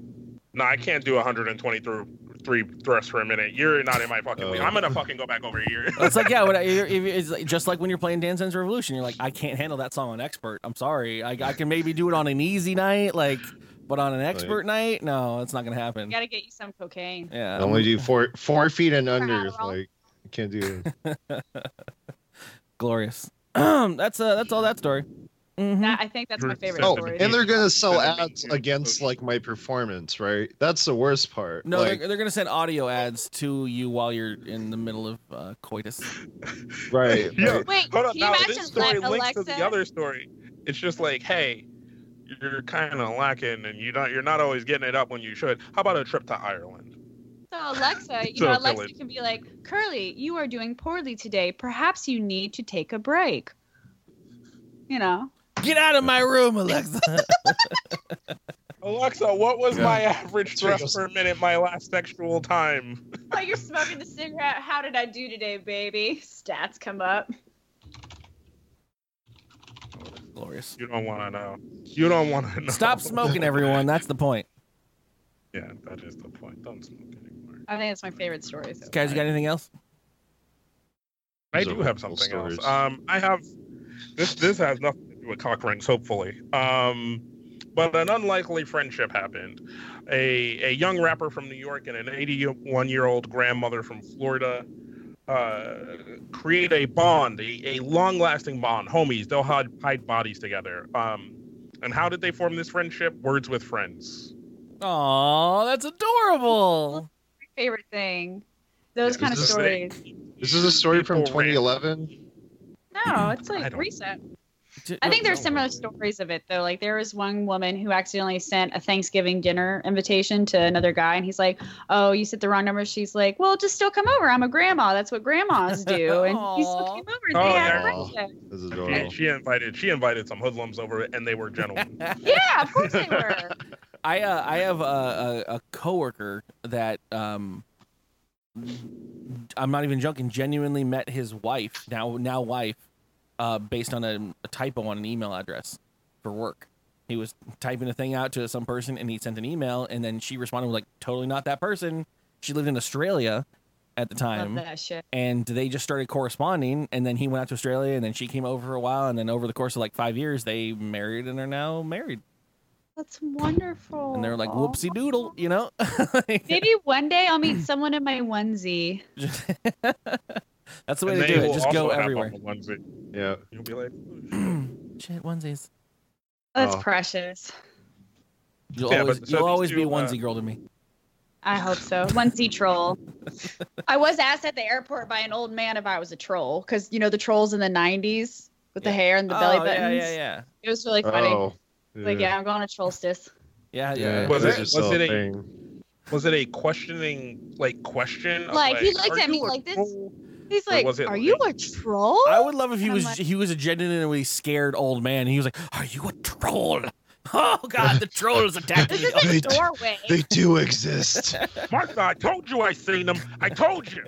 No, I can't do 120 through three thrusts for a minute. You're not in my fucking league. Oh. I'm gonna fucking go back over here. It's like yeah, when I, if- if- it's like, just like when you're playing Dance Dance Revolution, you're like, I can't handle that song on expert. I'm sorry, I, I can maybe do it on an easy night, like, but on an expert night, no, it's not gonna happen. You gotta get you some cocaine. Yeah, I only do four four feet and under. Like, I can't do. glorious. that's uh, that's all that story. Mhm. That, I think that's my favorite Oh, story. and they're gonna sell ads against like my performance, right? That's the worst part. No, like, they're, they're gonna send audio ads to you while you're in the middle of uh, coitus. right? Yeah. right. Wait, Hold on, can you now imagine this story let links Alexa? to the other story. It's just like, hey, you're kind of lacking, and you're not you're not always getting it up when you should. How about a trip to Ireland? So Alexa, you So know Alexa silly. can be like, Curly, you are doing poorly today. Perhaps you need to take a break. You know, Get out of my room, Alexa. Alexa, what was Yeah. my average Sure, thrust just- per minute my last sexual time? while you're smoking the cigarette, how did I do today, baby? Stats come up. glorious. You don't want to know. You don't want to know. Stop smoking, everyone. That's the point. Yeah, that is the point. Don't smoke anymore. I think that's my favorite story. So Guys, you got anything else? I Those are do have horrible something else. stories. Um, I have this. This has nothing to do with cock rings, hopefully. Um, but an unlikely friendship happened. A a young rapper from New York and an 81 year old grandmother from Florida uh, create a bond, a, a long lasting bond. Homies, they'll hide, hide bodies together. Um, and how did they form this friendship? Words with friends. Aw, that's adorable. favorite thing. Those Yeah, kind of this is the- stories. This is a story from People ran- 2011. No, it's I like don't- recent. J- I think no, there's no. similar stories of it though. Like there was one woman who accidentally sent a Thanksgiving dinner invitation to another guy, and he's like, "Oh, you sent the wrong number." She's like, "Well, just still come over. I'm a grandma. That's what grandmas do." And he still Aw. came over. And Oh, they had a yeah. friendship. This is She, adorable. she invited she invited some hoodlums over, and they were gentlemen. Yeah, of course they were. I uh, I have a, a a coworker that um I'm not even joking. Genuinely met his wife now now wife uh, based on a, a typo on an email address for work. He was typing a thing out to some person and he sent an email and then she responded with like totally not that person. She lived in Australia at the Love time that shit. and they just started corresponding and then he went out to Australia and then she came over for a while and then over the course of like 5 years they married and are now married. That's wonderful. And they're like whoopsie doodle, you know? Like- Maybe one day I'll meet someone in my onesie. Just- That's the way And they to do it. will Just go also have everywhere. on the ones that Yeah. You'll be like, Shit, onesies. That's Oh. precious. You'll Yeah, always, but- so you'll these always be two, uh, onesie girl to me. I hope so. Onesie troll. I was asked at the airport by an old man if I was a troll because you know the trolls in the '90s with the Yeah. hair and the belly oh, buttons. yeah, yeah, yeah. It was really funny. Oh. Like, yeah, I'm going to troll sis. Yeah, yeah. yeah. Was that's it- just was a it a- thing. was it a questioning like question? of, Like, he looked "Are at me you a like this." troll?" He's Or like, was it "Are you a like- troll?" I would love if he And I'm was like- he was a genuinely scared old man. He was like, "Are you a troll? Oh God, the trolls attacking This me!" is They- a doorway. They do exist. Martha, I told you Uh, I seen them. I told you.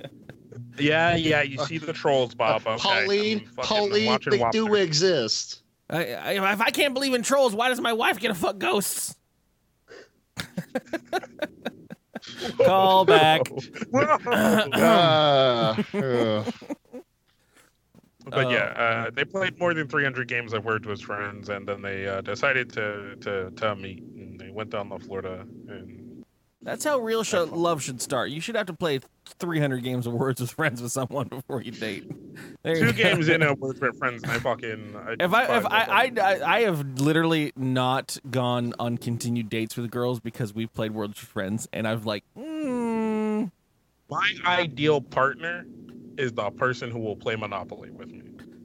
Yeah, yeah. You see the trolls, Bob. Okay. Pauline, I'm fucking Pauline, watching they Whopper. do exist. I, I, if I can't believe in trolls, why does my wife get to fuck ghosts? Call back. Ah, ugh. But yeah, uh, they played more than 300 games of Word to His Friends, and then they uh, decided to to to meet, and they went down to Florida. And That's how real sh- love should start. You should have to play 300 games of Words with Friends with someone before you date. There you two go. games in at Words with Friends, and I fucking. I If I if despise I, myself. I I I have literally not gone on continued dates with girls because we've played Words with Friends, and I've like, mm, my ideal partner is the person who will play Monopoly with me.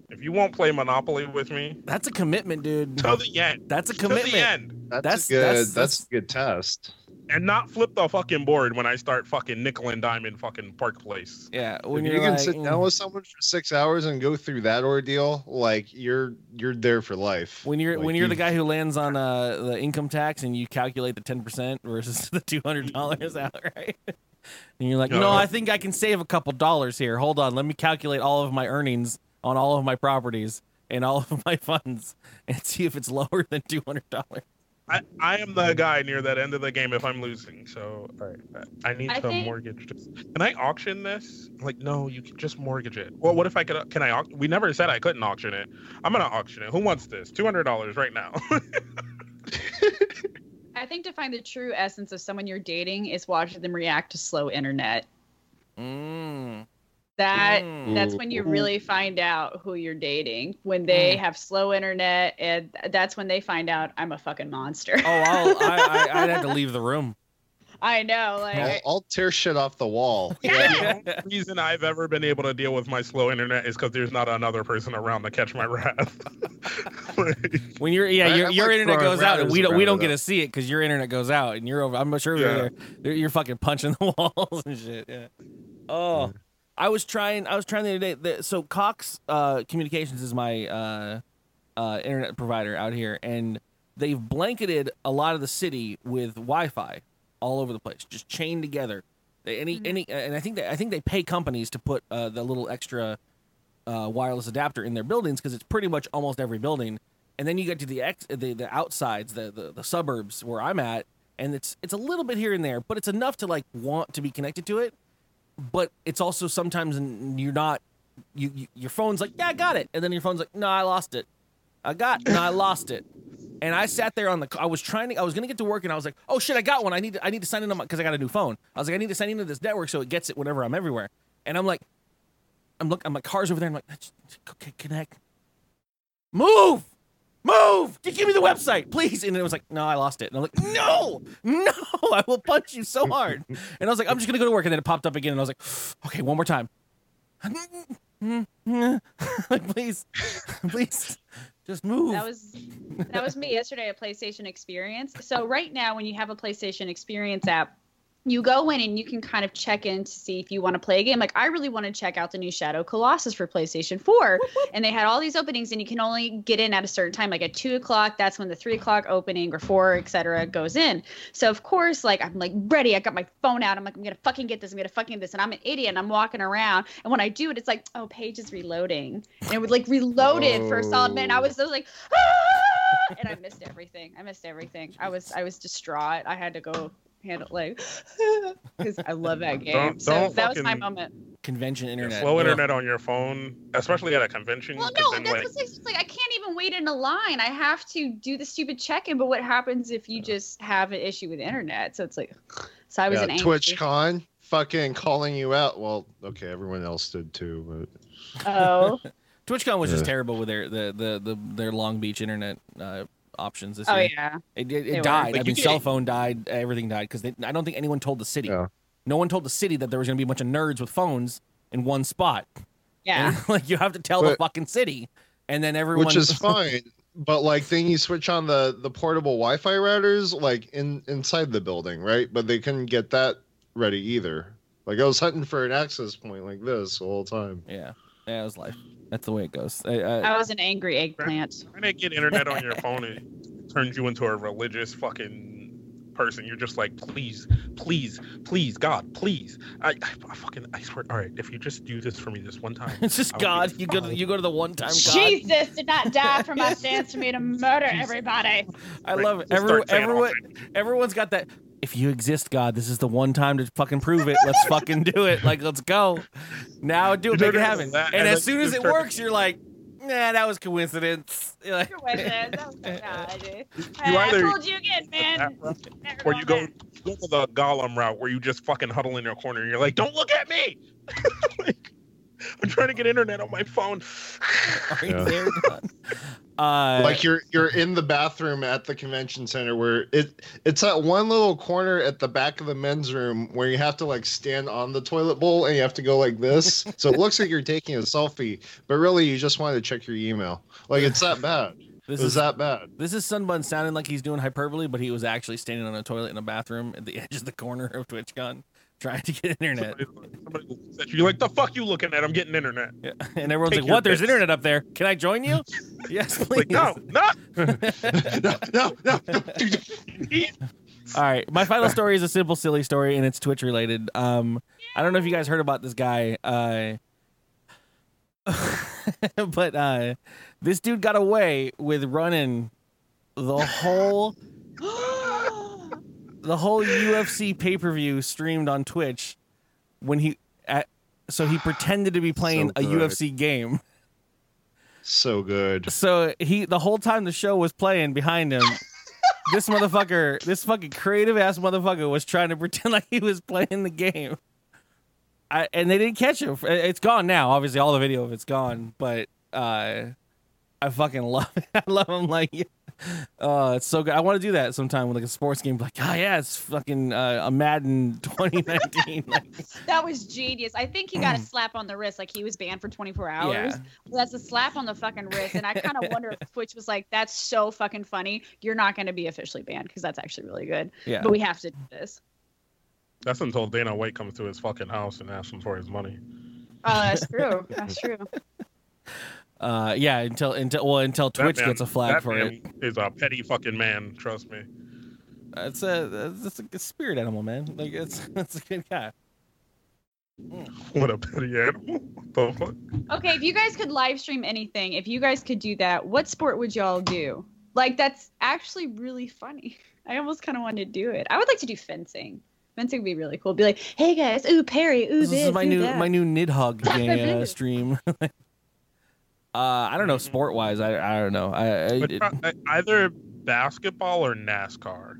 If you won't play Monopoly with me that's a commitment, dude. till the end, That's a till commitment. the end, that's, That's- a good. that's- That's, a good test. and not flip the fucking board when I start fucking nickel and dime in fucking Park Place. Yeah, If when you you're can like, sit down mm. with someone for six hours and go through that ordeal, like you're you're there for life. when you're Like, when you're the you- guy who lands on uh, the income tax and you calculate the ten percent versus the two hundred dollars outright, and you're like, no, No. I think I can save a couple dollars here. Hold on, let me calculate all of my earnings on all of my properties and all of my funds and see if it's lower than two hundred dollars. I, I am the guy near that end of the game if I'm losing. So all right, I I need I to think- mortgage this. Can I auction this? Like, no, you can just mortgage it. Well, what if I could? Can I? au- We never said I couldn't auction it. I'm gonna auction it. Who wants this? Two hundred dollars right now. I think to find the true essence of someone you're dating is watching them react to slow internet. Mm. That Mm. Uh, that's when you really find out who you're dating when they Mm. have slow internet, and th- that's when they find out I'm a fucking monster. Oh, I'll, I, I, I'd have to leave the room. I know, like I'll, I'll tear shit off the wall. the only reason I've ever been able to deal with my slow internet is because there's not another person around to catch my wrath. Like, When you're yeah, I- your, I your like internet throwing goes out and routers we don't we around don't it get to up. see it because your internet goes out and you're over. I'm sure Yeah. you're there. You're fucking punching the walls and shit. Yeah. Oh, I was trying. I was trying the other day. The, so Cox uh, Communications is my uh, uh, internet provider out here, and they've blanketed a lot of the city with Wi-Fi all over the place, just chained together. They, any any, and I think that I think they pay companies to put uh, the little extra uh, wireless adapter in their buildings because it's pretty much almost every building. And then you get to the ex- the, the outsides, the, the the suburbs where I'm at, and it's it's a little bit here and there, but it's enough to like want to be connected to it. But it's also sometimes n- you're not. You, you your phone's like, yeah, I got it, and then your phone's like, no, I lost it. I got, no, I lost it. And I sat there on the. I was trying to. I was gonna get to work, and I was like, "Oh shit, I got one. I need. To, I need to sign in on my because I got a new phone. I was like, I need to sign into this network so it gets it whenever I'm everywhere. And I'm like, I'm look. I'm like, cars over there. I'm like, "That's- okay, connect. Move, move. Just give me the website, please. And it was like, no, I lost it. And I'm like, no, no, I will punch you so hard. And I was like, I'm just gonna go to work. And then it popped up again, and I was like, okay, one more time. like, please, please, just move. That was that was me yesterday at PlayStation Experience. So right now, when you have a PlayStation Experience app, you go in and you can kind of check in to see if you want to play a game. Like I really want to check out the new Shadow Colossus for PlayStation Four, and they had all these openings, and you can only get in at a certain time, like at two o'clock. That's when the three o'clock opening or four, etc., goes in. So of course, like I'm like ready. I got my phone out. I'm like I'm gonna fucking get this. I'm gonna fucking get this, and I'm an idiot. And I'm walking around, and when I do it, it's like oh, page is reloading, and it would like reload it for a solid minute. I Oh. was, I was like. "Ah!" and I missed everything. I missed everything. I was I was distraught. I had to go handle like because I love that game. Don't- so don't that was my fucking- moment. Convention internet. slow Ugh. internet on your phone, especially at a convention. Well, 'cause no, then, that's like, what's like, it's like I can't even wait in a line. I have to do the stupid check-in. But what happens if you just have an issue with the internet? So it's like, so I was yeah, an angry. TwitchCon fucking calling you out. Well, okay, everyone else did too, but Oh, TwitchCon was just Yeah. terrible with their the the, the their Long Beach internet uh, options this oh year. yeah. It, it, They were. it died. I Like, mean, you cell can't- phone died. Everything died because I don't think anyone told the city. Yeah. No one told the city that there was going to be a bunch of nerds with phones in one spot. Yeah. And, like you have to tell the But- fucking city, and then everyone. which is fine. But like, then you switch on the the portable Wi-Fi routers, like in inside the building, right? But they couldn't get that ready either. Like I was hunting for an access point like this the whole time. Yeah. Yeah, it was life. That's the way it goes. I, I, I was an angry eggplant. trying to get internet on your phone it turns you into a religious fucking person. You're just like, please, please, please, God, please. I, I fucking, I swear. All right, if you just do this for me this one time, It's just God. You go to you go to the one time God. Jesus did not die for my sins for me to murder everybody. I Right, love it. just Everyone, start saying all everyone, everyone's got that. If you exist, God, this is the one time to fucking prove it. Let's fucking do it. Like, let's go. Now do it. No, Make it no, no, happen. that- And and as that's soon as it disturbing. works, you're like, nah, that was coincidence. You're like, You I either- told you again, man. Never Or you go, going back. you go to the Gollum route where you just fucking huddle in your corner and you're like, don't look at me. like, I'm trying to get internet on my phone. Are Yeah. you there, God? Uh, like you're you're in the bathroom at the convention center where it it's that one little corner at the back of the men's room where you have to like stand on the toilet bowl and you have to go like this so it looks like you're taking a selfie but really you just wanted to check your email like it's that bad this it was is that bad this is Sunbun sounding like he's doing hyperbole, but he was actually standing on a toilet in a bathroom at the edge of the corner of TwitchCon, trying to get internet. Somebody, somebody looks at you, you're like, the fuck you looking at? I'm getting internet. Yeah. And everyone's Take like, your "What? There's piss." internet up there. Can I join you?" yes, please. Like, no, no. no no no, no. All right, my final story is a simple, silly story, and it's Twitch related. Um, I don't know if you guys heard about this guy, uh, but uh, this dude got away with running the whole the whole UFC pay per view streamed on Twitch when he at, so he pretended to be playing a good. UFC game. so good So he the whole time the show was playing behind him, this motherfucker, this fucking creative ass motherfucker was trying to pretend like he was playing the game. I, and they didn't catch him. It- It's gone now. Obviously, all the video of it's gone. But uh, I fucking love it. I love him. Like, yeah. oh, it's so good. I want to do that sometime with like a sports game. Like, oh yeah, it's fucking uh, a Madden 2019. like, That was genius. I think he got a slap on the wrist, like he was banned for 24 hours. Mm. Yeah. That's a slap on the fucking wrist, and I kind of wonder if Twitch was like, "That's so fucking funny. You're not going to be officially banned because that's actually really good, yeah. but we have to do this." That's until Dana White comes to his fucking house and asks him for his money. Oh, that's true. That's true. Uh, yeah. Until until well until That Twitch man- gets a flag that for it. man Is a petty fucking man. Trust me. It's a it's a, it's a spirit animal, man. Like it's it's a good guy. What a petty animal. What the fuck? Okay, if you guys could live stream anything, if you guys could do that, what sport would y'all do? Like that's actually really funny. I almost kind of want to do it. I would like to do fencing. Fencing would be really cool. Be like, hey guys, ooh Perry, ooh This this, is my ooh, new that. my new Nidhogg That's my game, uh, favorite. stream. uh, I don't know, sport wise, I I don't know. I, I But it- try- either basketball or NASCAR.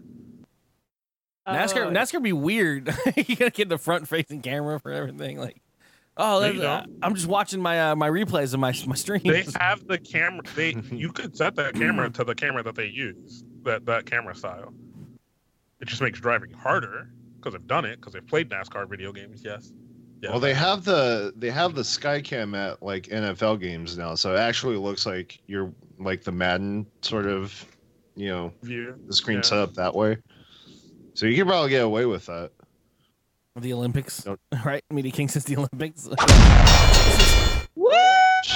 NASCAR Oh, NASCAR be weird. you gotta get the front facing camera for everything. Like, oh, No, you that's- I'm just watching my uh, my replays of my my streams. They have the camera. They you could set that camera to the camera that they use. That that camera style. It just makes driving harder because I've done it because I've played NASCAR video games. Yes. Yeah. well they have the they have the skycam at like nfl games now so it actually looks like you're like the madden sort of you know view. the screen Yeah. set up that way. So you could probably get away with that. the Olympics, Nope. right? Media King since the Olympics. Woo! What?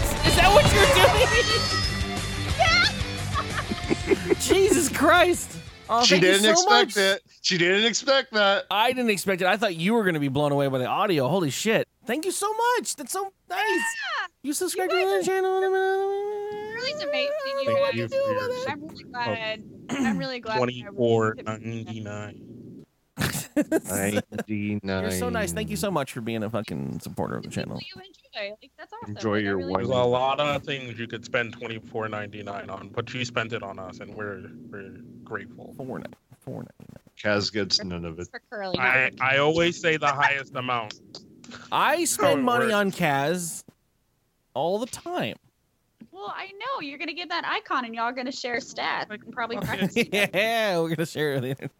Is that what you're doing? Jesus Christ. Oh, she thank you didn't so expect much. it. She didn't expect that. I didn't expect it. I thought you were going to be blown away by the audio. Holy shit. Thank you so much. That's so nice. You subscribe to You guys the channel. Really amazing, you Thank guys. you for your I'm really glad. I'm really glad. twenty four ninety nine. You're so nice. Thank you so much for being a fucking supporter of the channel. You enjoy. Like, that's awesome. Enjoy Like, I your really- wine. There's a lot of things you could spend twenty four ninety nine on, but you spent it on us, and we're we're grateful. Four nine. Four nine. Kaz gets none of it. It's for curly. I not- I always say the highest amount. I spend it money works. on Kaz all the time. Well, I know you're gonna get that icon, and y'all are gonna share stats and probably fucking- practice. together. yeah, we're going to share it with the internet.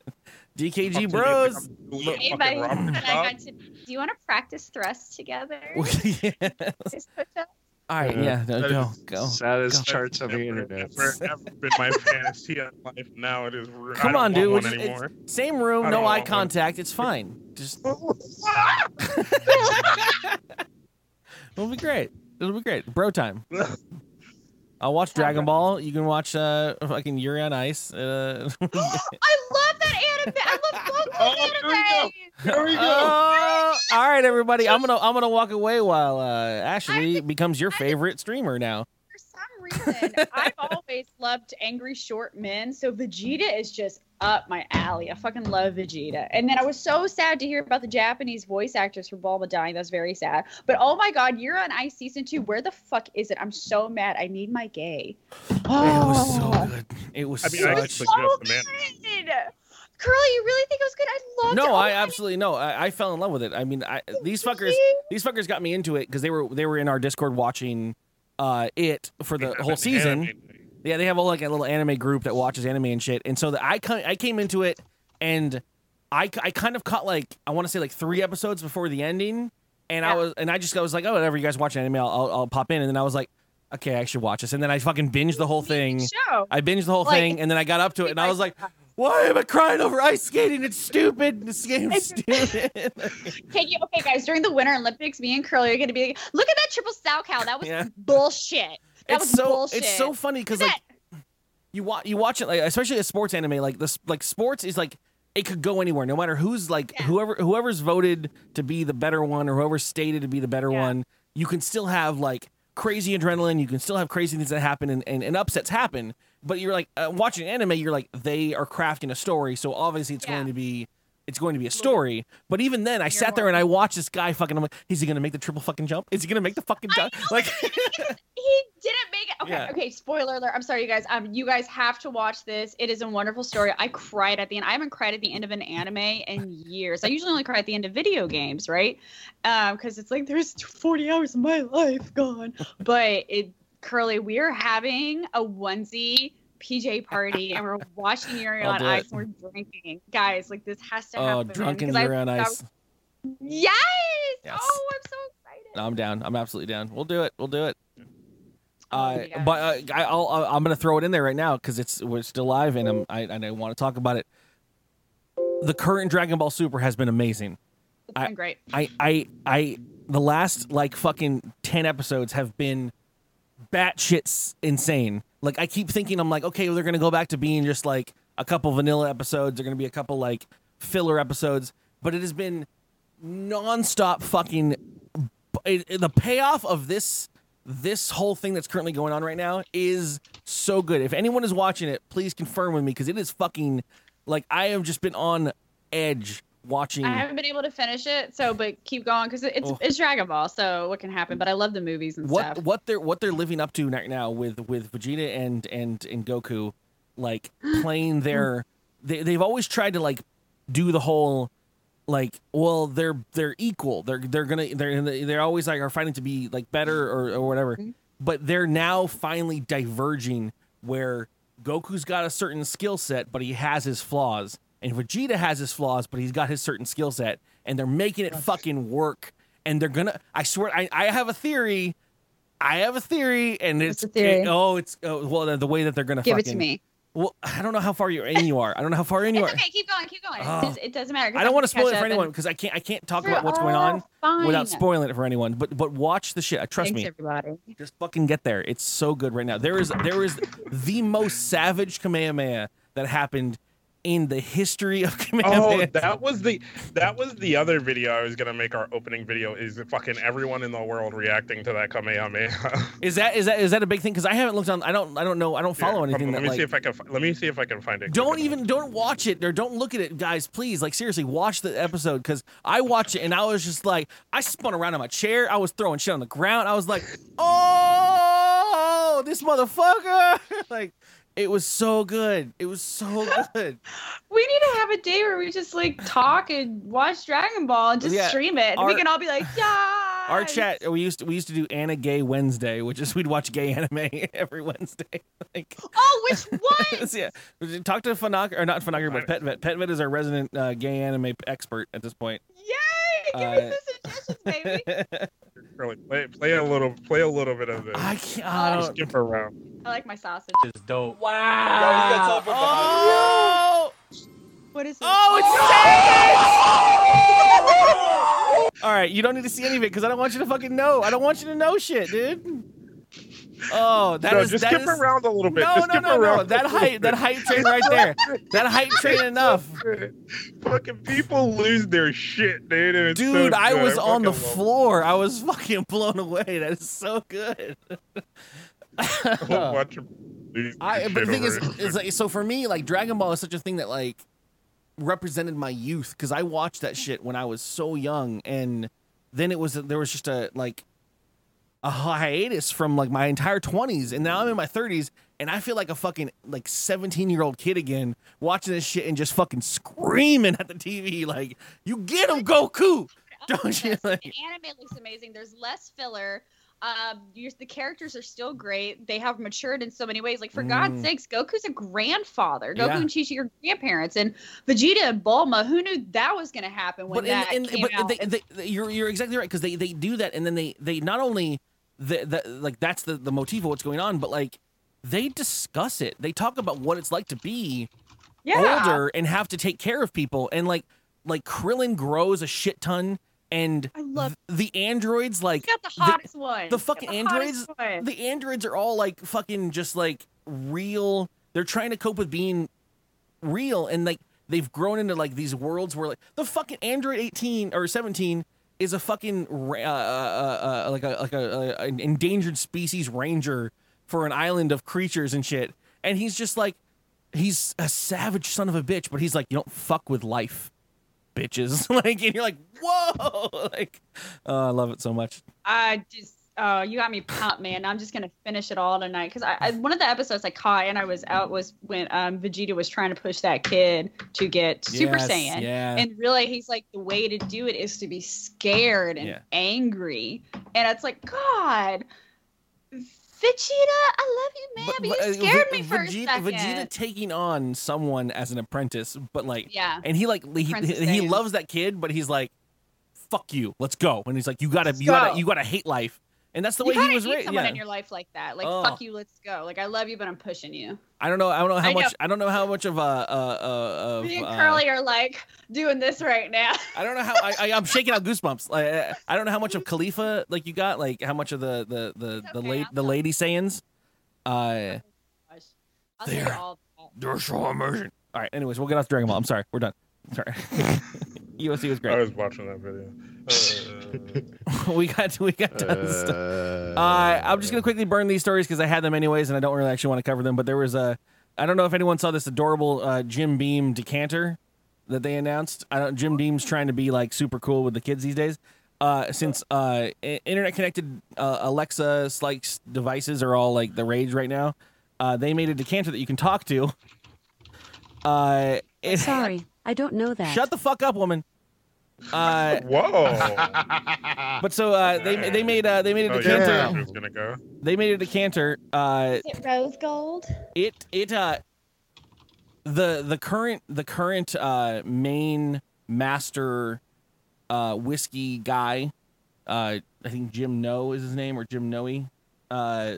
DKG Fucking Bros. Juliet Hey, fucking buddy. Roberts, And I got to, do you want to practice thrusts together? Yeah. Practice push-ups? All right, Yeah. yeah, no, That go, is go. Saddest That's charts on the never, internet. Never, ever been my fantasy in life. Now it is. I Come don't on, dude. Want we're one just- anymore. it's- same room, I no don't eye want one. contact. It's fine. Just it'll be great. It'll be great. Bro time. Uh, watch Dragon Ball. You can watch uh, fucking Yuri on Ice. Uh, I love that anime. I love both those Oh, here we go. anime. There we go. Oh, all right, everybody. I'm gonna I'm gonna walk away while uh, Ashley becomes your favorite streamer now. For some reason, I've always loved angry short men, so Vegeta is just up my alley. I fucking love Vegeta. And then I was so sad to hear about the Japanese voice actors for Bulma dying. That was very sad. But oh my god, you're on Ice season two. Where the fuck is it? I'm so mad. I need my gay. It Oh, was so good. It was I mean, I such. just so looked good. it up, Curly, you really think it was good? I loved it. no, Oh I my absolutely no. I, I fell in love with it. I mean, I, these fuckers, Really? these fuckers got me into it because they were they were in our Discord watching uh it for the whole season. Yeah, they have all like a little anime group that watches anime and shit. And so the, I ki- I came into it and I, I kind of caught like I want to say like three episodes before the ending, and I Yeah. was and I just I was like oh whatever you guys watch anime I'll, I'll I'll pop in and then I was like okay I should watch this and then I fucking binged the whole thing. show. I binged the whole Like, thing and then I got up to it and I was like why am I crying over ice skating? It's stupid. This game's stupid. Can you, okay, guys, during the Winter Olympics, me and Curly are going to be like, look at that triple sow cow. That was Yeah. bullshit. That it's was so bullshit. it's so funny because like you watch you watch it like especially a sports anime like this like sports is like it could go anywhere no matter who's like Yeah. whoever whoever's voted to be the better one or whoever's stated to be the better Yeah. one you can still have like crazy adrenaline you can still have crazy things that happen and, and, and upsets happen but you're like uh, watching anime you're like they are crafting a story so obviously it's Yeah. going to be it's going to be a story, but even then, I sat there more- and I watched this guy fucking. I'm like, is he gonna make the triple fucking jump? Is he gonna make the fucking I jump? Like, he didn't make it. Okay, Yeah. okay. Spoiler alert. I'm sorry, you guys. Um, you guys have to watch this. It is a wonderful story. I cried at the end. I haven't cried at the end of an anime in years. I usually only cry at the end of video games, right? Um, because it's like there's 40 hours of my life gone. But it, Curly, we are having a onesie PJ party, and we're watching Yuri I'll on do Ice. it. And we're drinking, guys. Like this has to oh, happen. drunken 'cause I- you're on that ice. was- Yes! Yes. Oh, I'm so excited. No, I'm down. I'm absolutely down. We'll do it. We'll do it. Oh, Uh, yeah. But uh, I, I'll, I'll- I'm going to throw it in there right now because it's we're still live and I'm, I and I want to talk about it. The current Dragon Ball Super has been amazing. It's I- been great. I I I the last like fucking ten episodes have been batshit s- insane. Like I keep thinking I'm like, okay, well, they're gonna go back to being just like a couple vanilla episodes. They're gonna be a couple like filler episodes, but it has been nonstop fucking. It, it- the payoff of this this whole thing that's currently going on right now is so good. If anyone is watching it, please confirm with me because it is fucking like I have just been on edge watching. I haven't been able to finish it, so but keep going because it's Mm. Oh. it's Dragon Ball, so what can happen? But I love the movies and what stuff. what they're what they're living up to right now with with Vegeta and and and Goku, like playing their they they've always tried to like do the whole like well they're they're equal they're they're gonna they're they're always like are fighting to be like better or or whatever, but they're now finally diverging where Goku's got a certain skill set but he has his flaws and Vegeta has his flaws but he's got his certain skill set and they're making it fucking work and they're gonna I swear I I have a theory I have a theory, and it's the theory? it- oh, it's oh, well the, the way that they're gonna Give it fucking, to me. Well, I don't know how far you're in. You are. I don't know how far in you It's are. okay. Keep going. Keep going. Oh. It's- it's- it doesn't matter. 'cause I don't can want to spoil catch it for up and- anyone because I can't. I can't talk Sure, about what's going oh, on fine. without spoiling it for anyone. But but watch the shit. Uh, Trust Thanks, me. everybody. Just fucking get there. It's so good right now. There is there is the most savage Kamehameha that happened in the history of Oh, Kamehameha. that was the that was the other video I was gonna make our opening video is fucking everyone in the world reacting to that Kamehameha. Is that is that is that a big thing? Because I haven't looked on. I don't I don't know. I don't follow Yeah, anything Let that me like. see if I can. fi- Let me see if I can find it. don't quick enough. even don't watch it or don't look at it guys please like seriously watch the episode because i watched it and i was just like i spun around in my chair i was throwing shit on the ground i was like oh this motherfucker like it was so good it was so good We need to have a day where we just like talk and watch Dragon Ball and just Yeah, stream it. and our- we can all be like, yeah. our chat we used to we used to do anna gay wednesday which is we'd watch gay anime every wednesday like Oh, which one? yeah talk to Fanak or not Fanak but pet vet pet vet is our resident uh, gay anime expert at this point Yay! Give Uh, me some suggestions, baby. Really, play, play a little. Play a little bit of this. i can't I Just don't, skip around. I like my sausage. is dope. oh! What is this? Oh, it's savage! All right, you don't need to see any of it because I don't want you to fucking know. I don't want you to know shit, dude. Oh, that no, is just that skip is- around a little bit. No, just no, skip no, around no. a That little height, that bit. height train right there. That height train enough. Fucking people lose their shit, dude. and it's so Dude, I good. was on the fucking love it. floor. I was fucking blown away. That is so good. I won't watch them lose their I, but shit the thing over is, it. is like, so for me, like Dragon Ball is such a thing that like represented my youth because I watched that shit when I was so young, and then it was there was just a like a hiatus from like my entire twenties, and now I'm in my thirties, and I feel like a fucking like seventeen year old kid again watching this shit and just fucking screaming at the TV like, "You get him, Goku!" Don't you like? the anime looks amazing. There's less filler. Um, you the characters are still great. They have matured in so many ways. Like for God's Mm. sakes, Goku's a grandfather. Goku Yeah. and Chi Chi are grandparents, and Vegeta and Bulma. Who knew that was going to happen when but and, that and- came but out? They, they, they- you're you're exactly right because they they do that and then they they not only the, the like that's the the motif of what's going on but like they discuss it they talk about what it's like to be yeah. older and have to take care of people and like like Krillin grows a shit ton and I love. th- the androids like He's got the the- hottest one. the He's got fucking hottest one. the androids are all like fucking just like real they're trying to cope with being real and like they've grown into like these worlds where like the fucking android 18 or 17 is a fucking ra- uh, uh, uh, uh, like a like a, a an endangered species ranger for an island of creatures and shit and he's just like he's a savage son of a bitch but he's like you don't fuck with life bitches like and you're like whoa like oh, i love it so much I just, uh, you got me pumped, man. I'm just gonna finish it all tonight because I, I, one of the episodes I caught and I was out was when um, Vegeta was trying to push that kid to get Super Yes, Saiyan, yeah. and really he's like, the way to do it is to be scared and Yeah. angry, and it's like, God, Vegeta, I love you, man, but, but, you uh, scared Ve- me for Vegeta, a second. Vegeta taking on someone as an apprentice, but like, yeah, and he like he, Princess he Saiyan. loves that kid, but he's like, "Fuck you, let's go." And he's like, "You gotta, Let's you gotta, go. you gotta hate life," and that's the you way gotta he was need raised. someone Yeah. in your life like that. Like, Oh. fuck you, let's go. Like, I love you, but I'm pushing you. I don't know. I don't know how I know. much. I don't know how much of a. Uh, uh, of, Me and uh, Curly are like doing this right now. I don't know how. I, I, I'm shaking out goosebumps. Like, I, I don't know how much of Khalifa like you got. Like how much of the the the It's the, okay, la- I'll the tell lady Saiyans. Uh, Gosh. I'll tell you There. all that. they're so immersion. All right. Anyways, we'll get off Dragon Ball. I'm sorry. We're done. Sorry. USC I was great. was watching that video. Uh, we got we got done. stuff. Uh, Uh, I'm just gonna quickly burn these stories because I had them anyways, and I don't really actually want to cover them. But there was a, I don't know if anyone saw this adorable uh, Jim Beam decanter that they announced. I don't. Jim Beam's trying to be like super cool with the kids these days. Uh, since uh, internet connected uh, Alexa like devices are all like the rage right now, uh, they made a decanter that you can talk to. Uh, it, Sorry, I don't know that. shut the fuck up, woman. Uh, Whoa! but so uh, they they made uh, they made a Oh, decanter. yeah, I'm just gonna go. They made a decanter. Uh, Is it rose gold? it it uh the the current the current uh main master uh whiskey guy uh i think jim no is his name or jim noe uh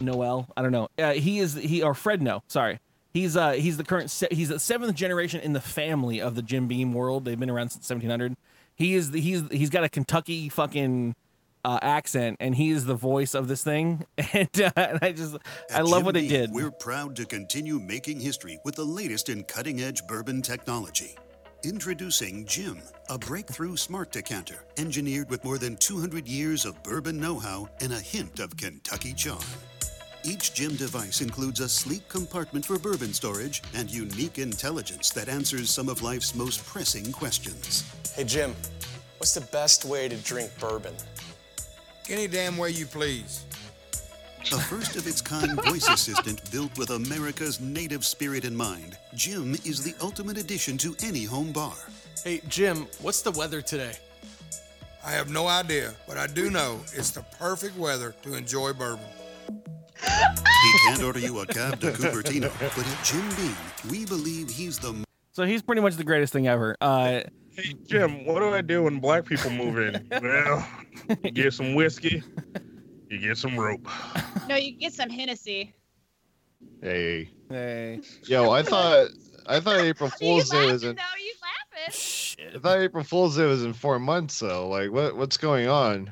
noel i don't know uh, he is he or fred no sorry he's uh he's the current se- he's the seventh generation in the family of the jim beam world they've been around since 1700 he is the, he's he's got a kentucky fucking uh, accent and he is the voice of this thing and, uh, and i just i At love Jim what they Beam, did We're proud to continue making history with the latest in cutting edge bourbon technology. Introducing Jim, a breakthrough smart decanter engineered with more than 200 years of bourbon know how and a hint of Kentucky charm. Each Jim device includes a sleek compartment for bourbon storage and unique intelligence that answers some of life's most pressing questions. Hey, Jim, what's the best way to drink bourbon? Any damn way you please. A first of its kind voice assistant built with America's native spirit in mind, Jim is the ultimate addition to any home bar. Hey, Jim, what's the weather today? I have no idea, but I do know it's the perfect weather to enjoy bourbon. He can't order you a cab to Cupertino, but at Jim Beam, we believe he's the so he's pretty much the greatest thing ever uh Hey Jim, what do I do when black people move in? well, you get some whiskey, you get some rope. No, you can get some Hennessy. Hey, hey yo, I thought I thought April You Fool's Day laughing was though? in You laughing? I shit thought April Fool's Day was in four months though. Like, what what's going on?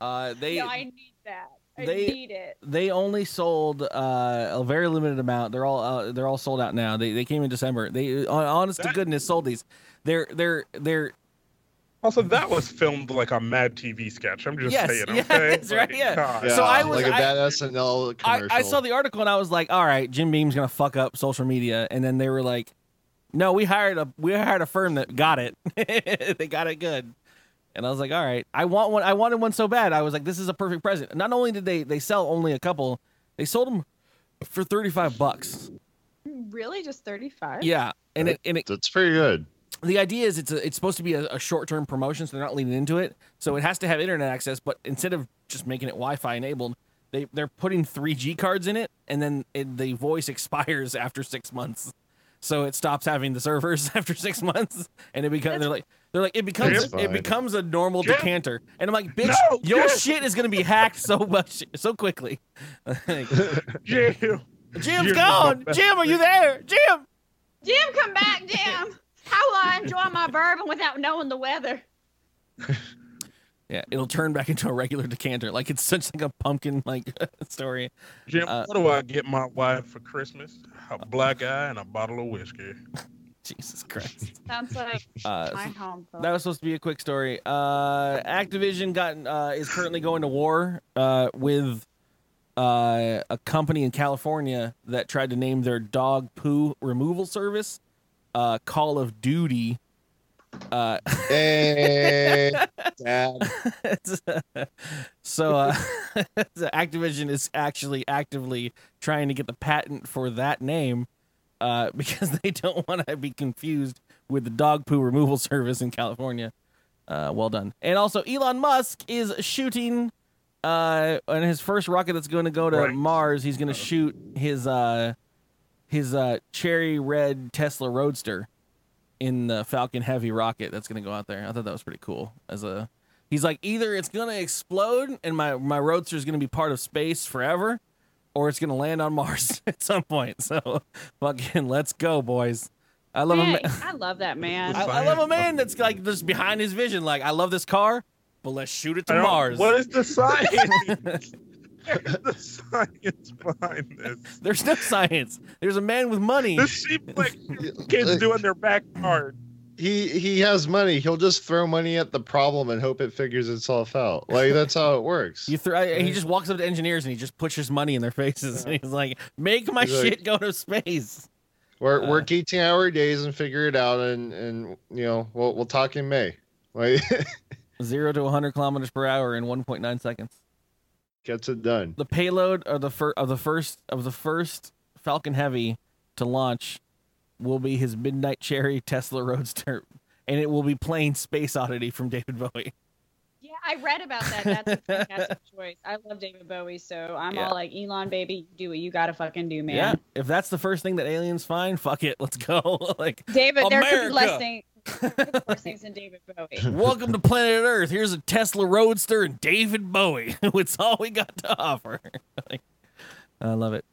uh they No, I need that. I They- need it. They only sold uh, a very limited amount. They're all uh, they're all sold out now. They, they came in December. They hon- honest to goodness sold these. They're they're they're Also, that was filmed like a Mad TV sketch. I'm just Yes, saying. yes, okay? right, yeah. God. So I was- like a I- bad SNL I, commercial. I saw the article and I was like, all right, Jim Beam's gonna fuck up social media, and then they were like, no, we hired a we hired a firm that got it. they got it good, and I was like, all right, I want one. I wanted one so bad. I was like, this is a perfect present. Not only did they they sell only a couple, they sold them for thirty five bucks. Really, just thirty five? Yeah, and it and it That's pretty good. the idea is it's a, it's supposed to be a, a short term promotion, so they're not leaning into it. So it has to have internet access, but instead of just making it Wi Fi enabled, they they're putting 3G cards in it, and then it, the voice expires after six months, so it stops having the servers after six months, and it becomes they're like. They're like it becomes That's it fine. becomes a normal Jim. decanter, and I'm like, bitch, No, your Jim. shit is gonna be hacked so much so quickly. Like, Jim, Jim's the gone. best. Jim, are you there? Jim. Jim, come back, Jim. How will I enjoy my bourbon without knowing the weather? Yeah, it'll turn back into a regular decanter. Like it's such like a pumpkin like story. Jim, Uh, what do I get my wife for Christmas? A black eye and a bottle of whiskey. Jesus Christ. Sounds like Uh, my so home. that was supposed to be a quick story. Uh, Activision got uh, is currently going to war uh, with uh, a company in California that tried to name their dog poo removal service uh, Call of Duty. Uh, Hey, Dad. so uh, so Activision is actually actively trying to get the patent for that name uh, because they don't want to be confused with the dog poo removal service in California. Uh, well done. And also, Elon Musk is shooting uh, on his first rocket that's going to go to Right. Mars. He's going to shoot his uh, his uh, cherry red Tesla Roadster in the Falcon Heavy rocket that's going to go out there. I thought that was pretty cool. As a, he's like either it's going to explode and my my Roadster is going to be part of space forever, or it's going to land on Mars at some point. So fucking let's go, boys. I love him. Dang, I love that man. I, I love a man that's like just behind his vision. Like I love this car, but let's shoot it I to don't- Mars. What is the science? Where's the science behind this? There's no science. There's a man with money. This seems like kids doing their backyard. He he has money. He'll just throw money at the problem and hope it figures itself out. Like that's how it works. You throw. I- He just walks up to engineers and he just pushes money in their faces and he's like, "Make my He's like- shit go to space." Work Uh, work eighteen hour days and figure it out, and and you know we'll we'll talk in May. Like Zero to 100 kilometers per hour in 1.9 seconds. gets it done. The payload of the fir- of the first of the first Falcon Heavy to launch will be his Midnight Cherry Tesla Roadster, and it will be playing Space Oddity from David Bowie. Yeah, I read about that. That's a fantastic choice. I love David Bowie, so I'm Yeah. all like, Elon, baby, do what you gotta fucking do, man. Yeah, if that's the first thing that aliens find, fuck it, let's go. like, David, there could America. be less things. there could be worse things than David Bowie. welcome to planet Earth. Here's a Tesla Roadster and David Bowie. it's all we got to offer. Like, I love it.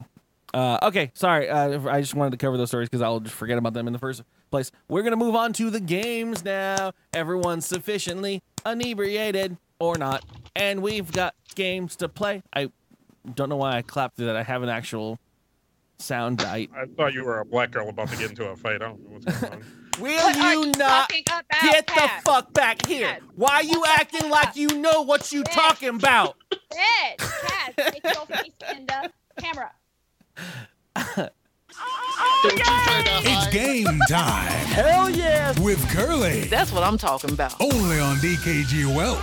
Uh, okay, sorry. Uh, I just wanted to cover those stories because I'll just forget about them in the first place. We're gonna move on to the games now. Everyone's sufficiently inebriated or not, and we've got games to play. I don't know why I clapped through that. I have an actual sound bite. I thought you were a black girl about to get into a fight. I don't know what's going on. Will are you you not talking about, get the Pat? fuck back here? Pat, Why you acting like you know what you Bitch. talking about? Bitch, Cass, take your face in the camera. Don't you try to It's hide. game time Hell yes. with Curly. That's what I'm talking about. Only on DKG Well.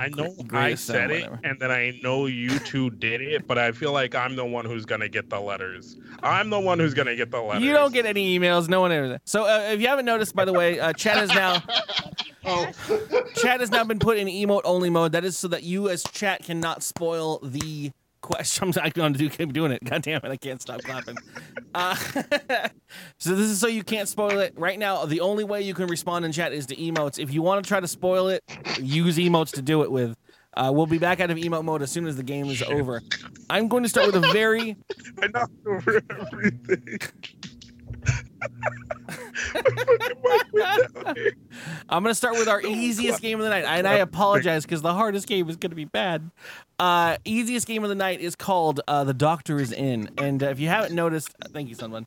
I know I greatest said sound, it, whatever. and then I know you two did it, but I feel like I'm the one who's gonna get the letters. I'm the one who's gonna get the letters. You don't get any emails. No one ever. that. So uh, if you haven't noticed, by the way, uh, chat is now Oh, chat has now been put in emote only mode. That is so that you as chat cannot spoil the question. I'm going to do keep doing it. God damn it! I can't stop clapping. Uh, so this is so you can't spoil it. Right now, the only way you can respond in chat is to emotes. If you want to try to spoil it, use emotes to do it with. Uh, we'll be back out of emote mode as soon as the game is over. I'm going to start with a very I knocked over everything. I'm gonna start with our easiest game of the night, and I apologize because the hardest game is gonna be bad. Uh, easiest game of the night is called uh, "The Doctor Is In," and uh, if you haven't noticed, thank you, someone.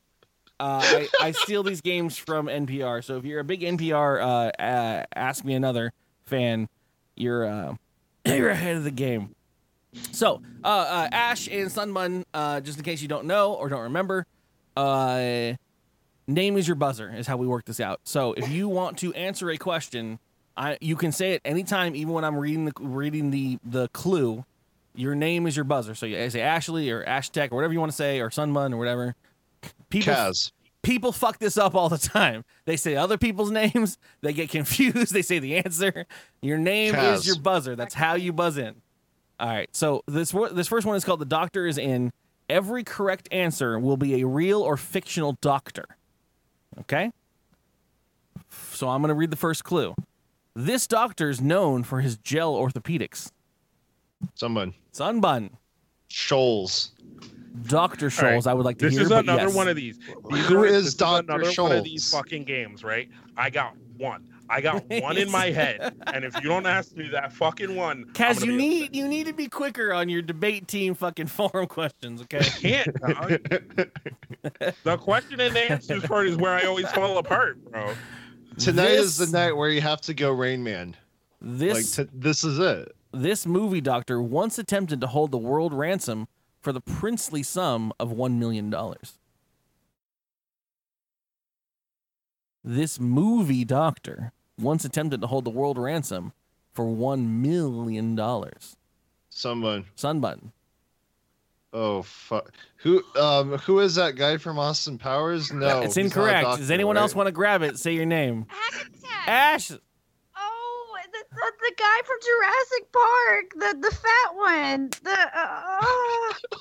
Uh, I, I steal these games from NPR, so if you're a big NPR uh, uh, Ask Me Another fan, you're uh, you're ahead of the game. So, uh, uh, Ash and Sunbun, uh, just in case you don't know or don't remember, uh, name is your buzzer is how we work this out. So, if you want to answer a question, I, you can say it anytime, even when I'm reading the reading the the clue. Your name is your buzzer. So you say Ashley or Ash Tech or whatever you want to say or Sunbun or whatever. People, Kaz. people fuck this up all the time. They say other people's names. They get confused. They say the answer. Your name Kaz. is your buzzer. That's how you buzz in. All right. So this wo- this first one is called "The Doctor Is In." Every correct answer will be a real or fictional doctor. Okay. So I'm going to read the first clue. This doctor is known for his gel orthopedics. Someone. Sunbun, Shoals. Doctor All right. Scholes. I would like to this hear. is but another yes. one of these. These Who are- is this Dr. Another one of these Scholes? fucking games, right? I got one. I got one in my head, and if you don't ask me that fucking one, I'm Kaz, gonna be you need upset. you need to be quicker on your debate team fucking forum questions, okay? Can't. dog. the question and answers part is where I always fall apart, bro. Tonight is the This- night where you have to go Rain Man. This Like t- this is it. this movie doctor once attempted to hold the world ransom for the princely sum of one million dollars. This movie doctor once attempted to hold the world ransom for one million dollars. Someone. Sunbutton. Oh fuck. Who um who is that guy from Austin Powers? No. it's he's not a incorrect. Does doctor, anyone else right? want to grab it? Say your name. Hack attack. Ash Oh, the, the, the guy from Jurassic Park, the the fat one, the uh,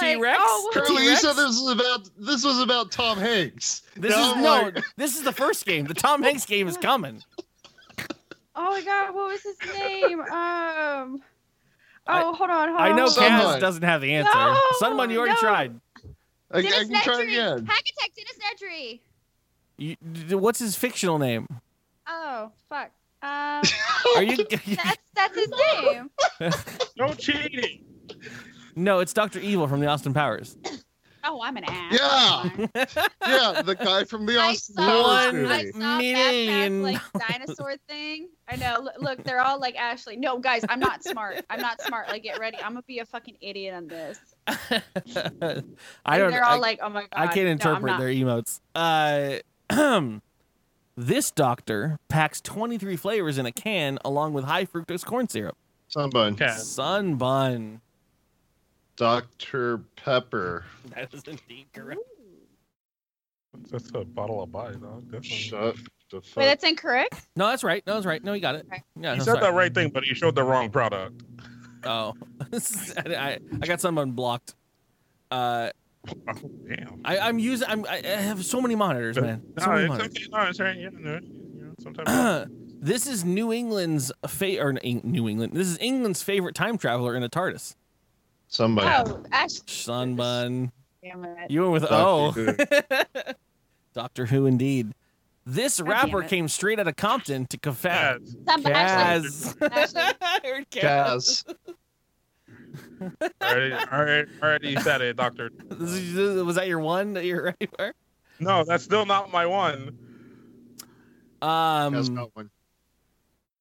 T Rex? oh, Curly, you T-Rex? said this was about this was about Tom Hanks. This Now is I'm no. like, This is the first game. The Tom Hanks game is coming. oh my god, what was his name? Um, oh, hold on, hold I know on. Someone. Kaz doesn't have the answer. No, Someone you already no. tried. I, I Dennis can try Nedry. again. Hack attack, Dennis Nedry. You, d- d- what's his fictional name? Oh fuck. Um, Are you? that's that's his name. No cheating. no, it's Doctor Evil from the Austin Powers. Oh, I'm an ass. Yeah. Fine. Yeah, the guy from the I Austin saw, Powers One movie. I saw Million. million like dinosaur thing. I know. Look, look, they're all like Ashley. No, guys, I'm not smart. I'm not smart. Like, get ready. I'm gonna be a fucking idiot on this. I And don't. They're all I, like, oh my god. I can't interpret no, I'm not. their emotes. Uh, this doctor packs 23 flavors in a can along with high fructose corn syrup. Someone. Okay. Sun bun. Dr. Pepper. That is indeed correct. That's a bottle of body, dog. Definitely. Shut the fuck. Wait, that's incorrect. No, that's right. No, that's right. No, you got it. Okay. Yeah, He no, said sorry. the right thing, but he showed the wrong product. Oh, I, Oh. I, I got someone blocked. Uh, Oh, damn. I, I'm using. I'm, I I have so many monitors, man. So No, many it's okay. monitors. No, it's all right. Yeah, no, you know, sometimes. this is New England's fa- or Eng- New England. This is England's favorite time traveler in a TARDIS. Somebody. Oh, Ashley. Sunbun. Damn it. You went with Doctor O. Doctor Who, indeed. This damn rapper it. came straight out of Compton to confess. Yes. Some- Ashley. Kaz. Ashley. I heard Kaz. Kaz. Already, already, already said it, Doctor. This is- this- Was that your one that you're right for? No, that's still not my one. Kaz Um, got one.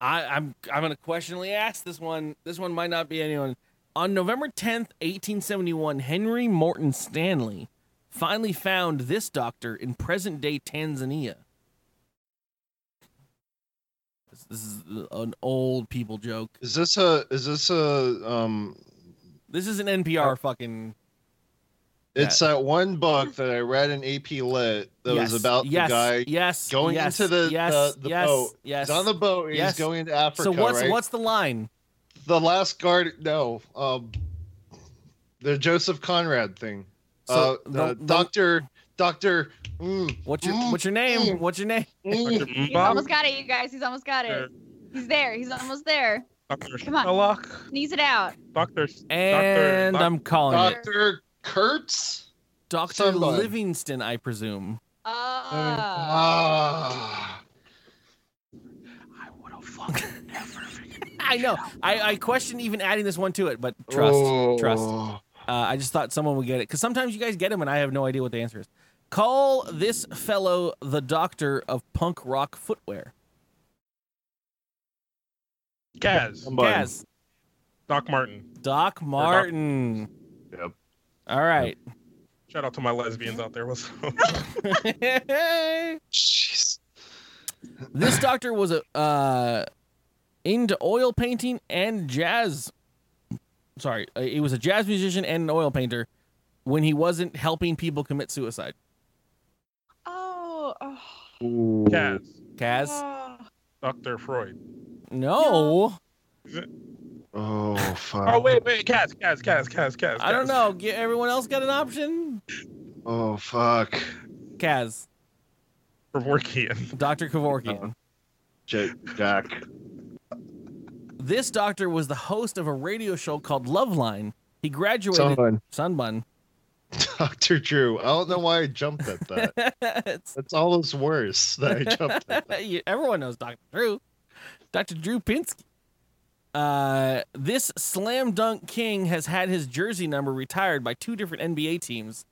I, I'm I'm gonna questionably ask this one. This one might not be anyone. On November 10th, 1871, Henry Morton Stanley finally found this doctor in present-day Tanzania. This, this is an old people joke. Is this a is this a um This is an NPR fucking. it's that one book that I read in AP Lit that yes, was about yes, the guy yes, going yes, into the- yes, the- the yes, boat. Yes. he's on the boat and yes. he's going to Africa. so what's right? what's the line? the last guard no um the joseph conrad thing So uh, the- uh, the- doctor doctor mm, What's your what's your name? What's your name? Doctor mm. He's almost got it, you guys. He's almost got it. He's there. He's almost there. Doctor Come on. Sherlock. Sneeze it out. Doctor. And Doctor, I'm calling it doctor kurtz Doctor Sunburn. Livingston, I presume. Oh, Mm. Ah. I know. I, I question even adding this one to it, but trust, Oh, trust. Uh, I just thought someone would get it because sometimes you guys get them and I have no idea what the answer is. Call this fellow the doctor of punk rock footwear. Gaz. Gaz. Doc Martin. Doc Martin. Yep. All right. Shout out to my lesbians out there. What's up? Jeez. This doctor was a uh, into oil painting and jazz. Sorry, uh, he was a jazz musician and an oil painter when he wasn't helping people commit suicide. Oh, oh, Gaz. Kaz? oh. Dr. Freud. No. Oh fuck. Oh, wait, wait. Kaz, Kaz, Kaz, Kaz, Kaz. I don't Kaz. know. Get, everyone else got an option? Oh fuck. Kaz. Kevorkian. Dr. Kevorkian. J- Jack. This doctor was the host of a radio show called Loveline. He graduated Someone. Sunbun. Dr. Drew. I don't know why I jumped at that. It's- That's almost worse that I jumped at that. You- Everyone knows Dr. Drew. Dr. Drew Pinsky. Uh, this slam dunk king has had his jersey number retired by two different NBA teams,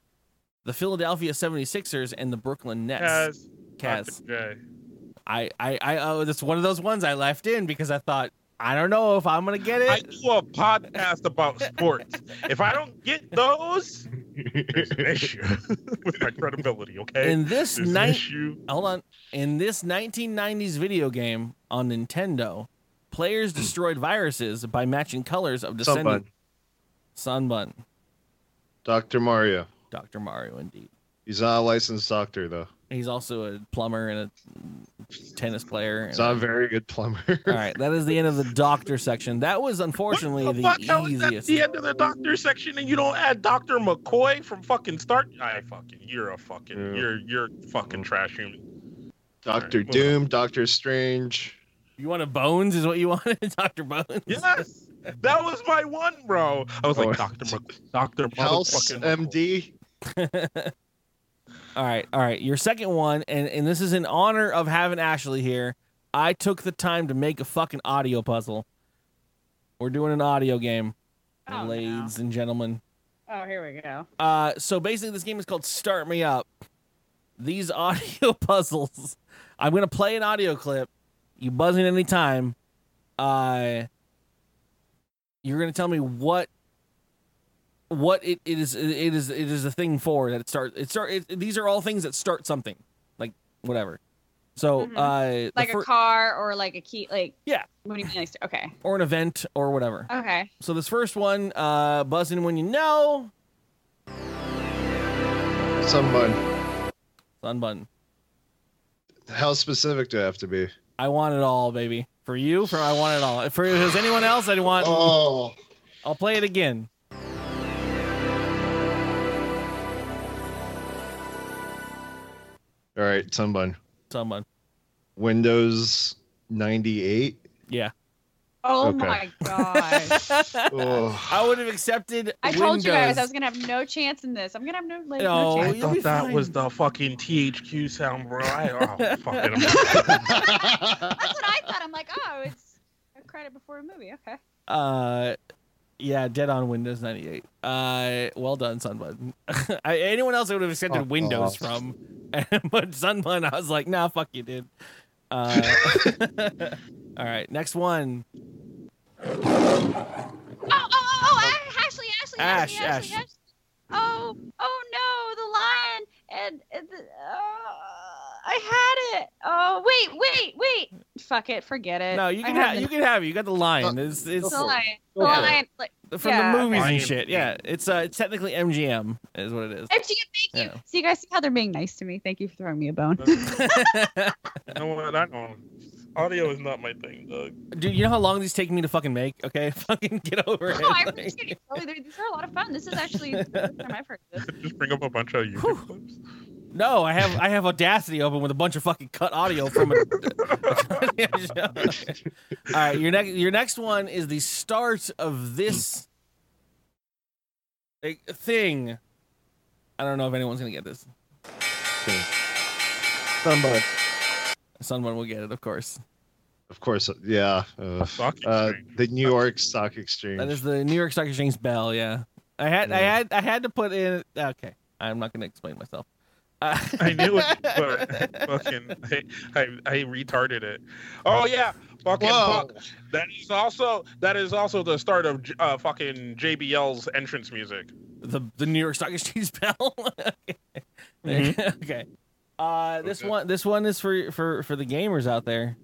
the Philadelphia 76ers and the Brooklyn Nets. Kaz. Kaz. Dr. J. I, I, I, oh, that's one of those ones I left in because I thought, I don't know if I'm going to get I it. do a podcast about sports. If I don't get those, there's an issue with my credibility, okay? In this There's an night, issue. hold on. In this 1990s video game on Nintendo, players destroyed viruses by matching colors of Someone. descendant sunbun. Dr. Mario. Dr. Mario, indeed. He's not a licensed doctor though. He's also a plumber and a tennis player. and- He's not a very good plumber. All right, that is the end of the doctor section. That was unfortunately What the, the, fuck? How is that easiest. the end of the doctor section and you don't add Dr. McCoy from fucking start? I fucking, you're a fucking, Yeah. you're, you're fucking trash human. Doctor Alright, moving on. Doom, Doctor Strange. You want a bones? Is what you wanted, Doctor Bones? Yes! That was my one, bro. I was Oh. like, Dr. Mc- Dr. House motherfucking McCoy. MD. All right, all right. Your second one, and and this is in honor of having Ashley here. I took the time to make a fucking audio puzzle. We're doing an audio game, Oh, no. ladies and gentlemen. Oh, here we go. Uh, so basically, this game is called Start Me Up. These audio puzzles. I'm gonna play an audio clip. You buzz in any time. Uh, you're gonna tell me what what it, it is it is it is a thing for that it starts it start it, these are all things that start something like whatever. So Mhm. uh, the Like fir- a car or like a key, like Yeah. What do you mean? Like, okay, or an event or whatever. okay. So this first one, uh, buzz in when you know. Someone. Unbutton. How specific do I have to be? I want it all, baby. For you, for I want it all. For if there's anyone else, I'd want. Oh. I'll play it again. All right, someone. Someone. Windows 98. Yeah. Oh Okay. my god! Oh. I would have accepted. I told you guys I was Windows. gonna have no chance in this. I'm gonna have no like No, no, I chance. Oh, you'll be thought that was fine. the fucking THQ sound, bro. I, oh, fuck it. I'm- That's what I thought. I'm like, oh, it's a credit before a movie. Okay. Uh, yeah, dead on Windows 98. Uh, well done, Sunbun. I, anyone else I would have accepted Oh, Windows oh. from, but Sunbun, I was like, nah, fuck you, dude. Uh, all right, next one. Oh, oh, oh, oh, Ashley, Ashley, Ashley, Ash, Ashley, Ashley, Ash. Oh, oh no, the lion and, and the, oh, I had it. Oh, wait, wait, wait. Fuck it, forget it. No, you I can had have the- you can have it. You got the line. It's it's the lion. The Go for it. lion. Like, from yeah. the movies Lion and shit. King. Yeah, it's uh it's technically MGM is what it is. MGM, thank you. Yeah. So you guys see how they're being nice to me. Thank you for throwing me a bone. you know what? I don't. Audio is not my thing, Doug. Dude, you know how long these take me to fucking make? Okay, fucking get over it. No, I Like, appreciate it. Really, they're- these are a lot of fun. This is actually the first time I've heard this. Just bring up a bunch of YouTube clips. no, I have I have Audacity open with a bunch of fucking cut audio from it. All right, your next your next one is the start of this like, thing. I don't know if anyone's gonna get this. Sunbun. Sunbun will get it, of course. Of course, yeah. Uh, uh, the New York Stock Exchange. That is the New York Stock Exchange bell. Yeah, I had, I had, I had to put in. Okay, I'm not going to explain myself. Uh, I knew it, but fucking, I, I, I retarded it. Oh yeah, fucking. Whoa. fuck. That is also that is also the start of J- uh, fucking JBL's entrance music. the the New York Stock Exchange bell. okay. Mm-hmm. Mhm. Okay. Uh, this Okay. one this one is for for for the gamers out there.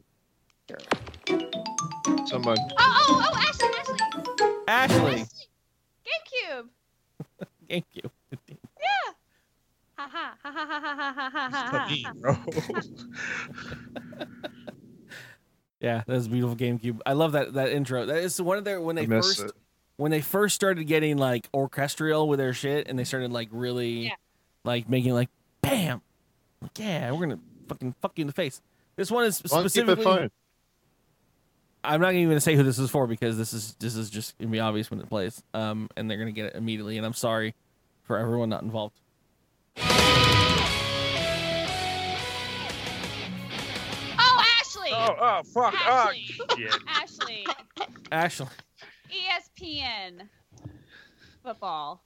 Someone. Oh, oh, oh, Ashley, Ashley. Ashley, GameCube. thank you. Yeah. Ha ha ha ha ha ha ha ha ha ha. Yeah, that was a beautiful GameCube. I love that that intro. That is one of their when I they miss first it. when they first started getting like orchestral with their shit and they started like really like making like bam. Like, yeah, we're gonna fucking fuck you in the face. This one is Well, keep it specifically fun. I'm not even gonna say who this is for because this is this is just gonna be obvious when it plays. Um, and they're gonna get it immediately. And I'm sorry for everyone not involved. Oh, Ashley. Oh, oh fuck! Oh, Ashley. shit. Ashley. E Ashley, ESPN. Football.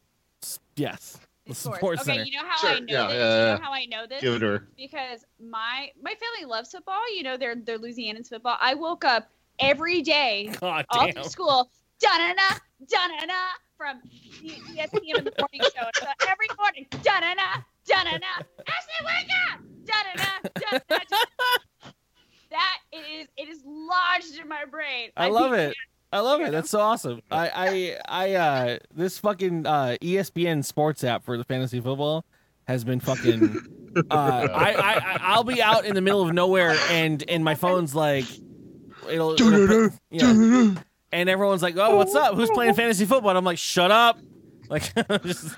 yes, the Sports. sports okay, center. you know how I Sure, know yeah, this? yeah, You yeah. know how I know this? Give it to her. because my my family loves football. You know, they're they're Louisianans football. I woke up every day God all damn. through school, da da da da da da from E- ESPN in the morning show. So every morning, da da da da da da. Ashley, wake up! Da da da da da. That it is it is lodged in my brain. I love think- it. I love it. That's so awesome. I I I uh this fucking uh ESPN sports app for the fantasy football has been fucking uh I, I I- I'll be out in the middle of nowhere and and my phone's like it'll, it'll put- yeah. and everyone's like, "Oh, what's up? Who's playing fantasy football?" And I'm like, "Shut up." Like just-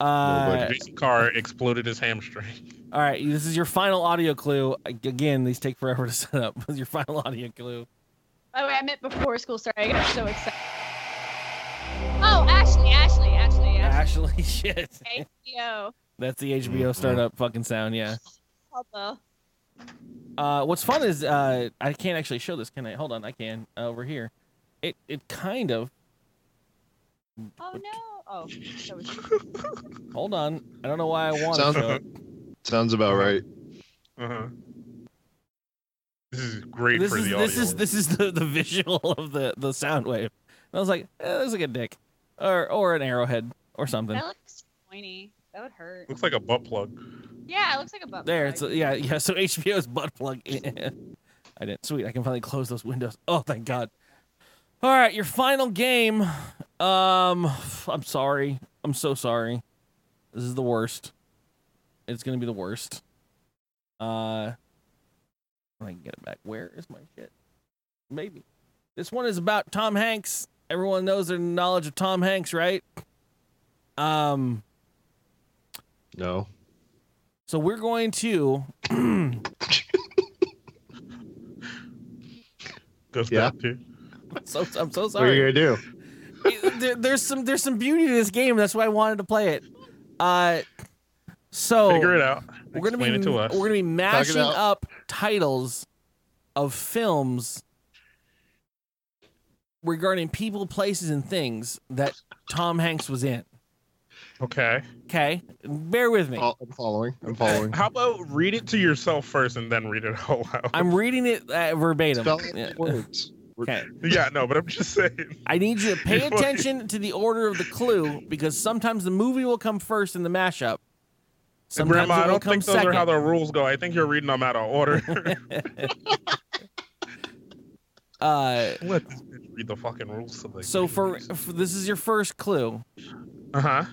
uh, Jason Carr exploded his hamstring. all right, this is your final audio clue. Again, these take forever to set up. your final audio clue. By the way, I meant before school started. I got so excited. Oh, Ashley, Ashley, Ashley, Ashley. Ashley, shit. Yo, That's the HBO startup fucking sound, yeah. hello. Uh, what's fun is uh, I can't actually show this, can I? Hold on, I can uh, over here. It it kind of Oh no! Oh, that was hold on. I don't know why I want to Sounds- show it. Sounds about right. Uh-huh. This is great This for is the this audio. is this is the, the visual of the the sound wave. And I was like, eh, that's like a dick, or or an arrowhead or something. That looks pointy. That would hurt. Looks like a butt plug. Yeah, it looks like a butt. There, plug. it's yeah yeah. So HBO's butt plug. I didn't. Sweet, I can finally close those windows. Oh, thank God. All right, your final game. Um, I'm sorry. I'm so sorry. This is the worst. It's gonna be the worst. Uh, I can get it back. Where is my shit? Maybe. This one is about Tom Hanks. Everyone knows their knowledge of Tom Hanks, right? Um. No. So we're going to. Goes Yeah. back to so, I'm so What are sorry. you gonna do? There- there's some there's some beauty to this game. That's why I wanted to play it. Uh, so figure it out. we're gonna be Explain it to us. we're gonna be mashing out. up titles of films regarding people, places, and things that Tom Hanks was in. Okay. Okay, bear with me. Fol- I'm following. I'm following. How about read it to yourself first and then read it out loud? I'm reading it uh, verbatim. Spell it Yeah. in words. Okay. yeah, no, but I'm just saying. I need you to pay You're funny. attention to the order of the clue because sometimes the movie will come first in the mashup. Sometimes Grandma, it I will don't come think those second. are how the rules go. I think you're reading them out of order. uh, Let this bitch read the fucking rules to the so for, for this is your first clue. uh huh.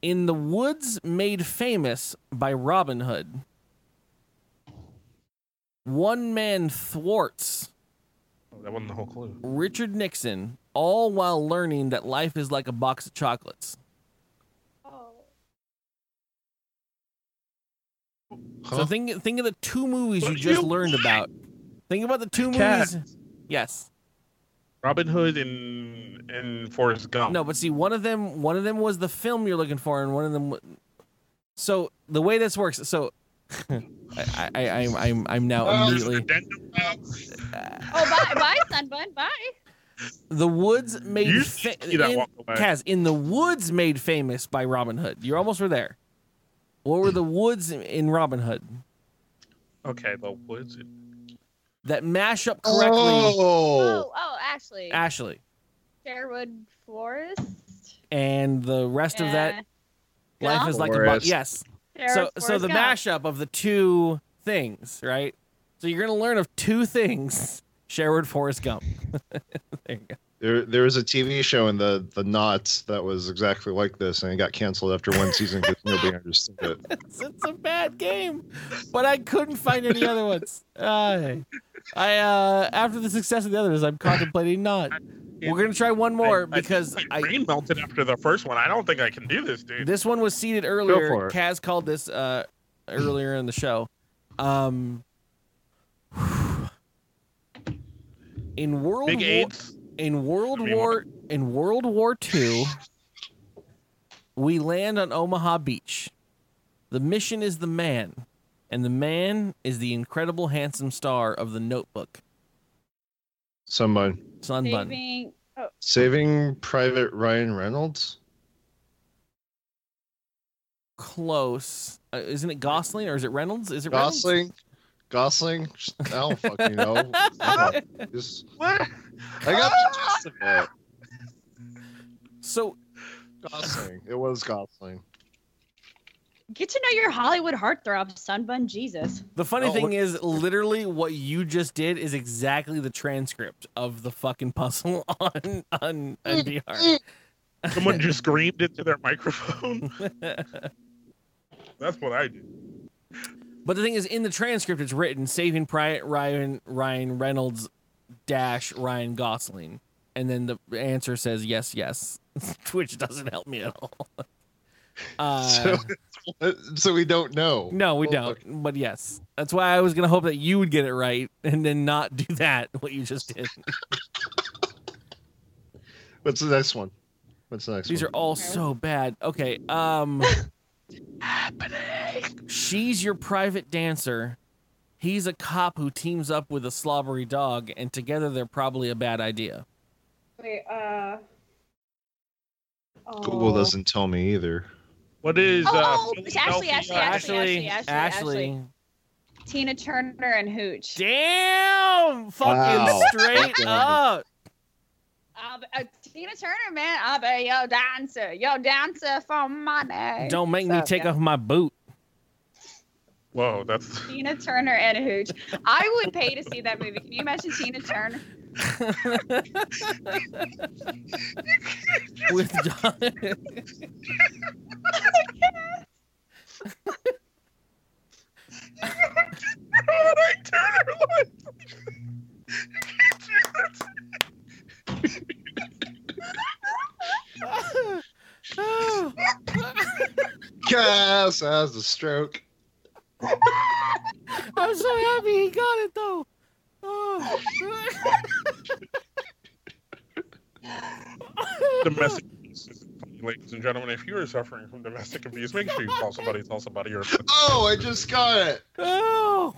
In the woods made famous by Robin Hood. One man thwarts Oh, That wasn't the whole clue. Richard Nixon, all while learning that life is like a box of chocolates. Oh. So Huh? think think of the two movies you What just you learned about. Think about the two Cats. movies. Yes. Robin Hood and and Forrest Gump. No, but see, one of them, one of them was the film you're looking for, and one of them, w- So the way this works, so I, I, I I'm I'm I'm now Uh, Oh, there's an immediately Oh, bye, bye, Sunbun, bye. the woods made You fa- see that in, walk away. Kaz, in the woods made famous by Robin Hood. You almost were there. What were the woods in Robin Hood Okay, the woods. that mash up correctly? Oh, oh, Ashley. Ashley Sherwood Forest. and the rest of that Yeah. life is like a box. Forest. Yes. Sarah So so Forrest the Gump. mashup of the two things, right? So you're gonna learn of two things: Sherwood Forrest Gump. there you go. There, there was a TV show in the the knots that was exactly like this, and it got canceled after one season because nobody understood it. It's, it's a bad game, but I couldn't find any other ones. Uh, I uh, after the success of the others, I'm contemplating not. We're gonna try one more because I, brain melted after the first one. I don't think I can do this, dude. This one was seeded earlier. for it. Kaz called this uh, earlier in the show. Um, in World Big War, eights. in World Be War in World War II, we land on Omaha Beach. The mission is the man, and the man is the incredible handsome star of the Notebook, Someone Son Bun. Saving. Oh, saving Private Ryan Reynolds. Close, uh, isn't it Gosling or is it Reynolds? Is it Reynolds? Gosling, Gosling. I don't fucking know. Just- What? I got the gist of it. So Gosling. It was Gosling. get to know your Hollywood heartthrob, Sunbun Jesus. The funny Oh, thing what- is, literally, what you just did is exactly the transcript of the fucking puzzle on on NPR. Someone just screamed into their microphone. That's what I do. But the thing is, in the transcript, it's written saving Pri- Ryan Ryan Reynolds dash Ryan Gosling, and then the answer says yes, yes, which doesn't help me at all. Uh, So, so we don't know. no, we Well, don't. But yes, that's why I was gonna hope that you would get it right, and then not do that what you just did. What's the next one? What's the next These are one? all so bad. Okay. Um She's your private dancer. He's a cop who teams up with a slobbery dog, and together they're probably a bad idea. Wait, uh. Oh. Google doesn't tell me either. What is Oh, uh, oh, it's Ashley, Ashley, Ashley, Ashley, Ashley, Ashley, Tina Turner and Hooch. Damn! Fucking Wow. straight Fucking- up. Uh, uh, Tina Turner, man, I'll be your dancer, your dancer for money. Don't make me So, take yeah. off my boot. Whoa, that's Tina Turner and Hooch. I would pay to see that movie. Can you imagine Tina Turner? with dog. Cass has a stroke. I'm so happy he got it though. Oh. domestic abuse. Ladies and gentlemen, if you are suffering from domestic abuse, make sure you call somebody. Tell somebody you're. Oh, I just got it. oh.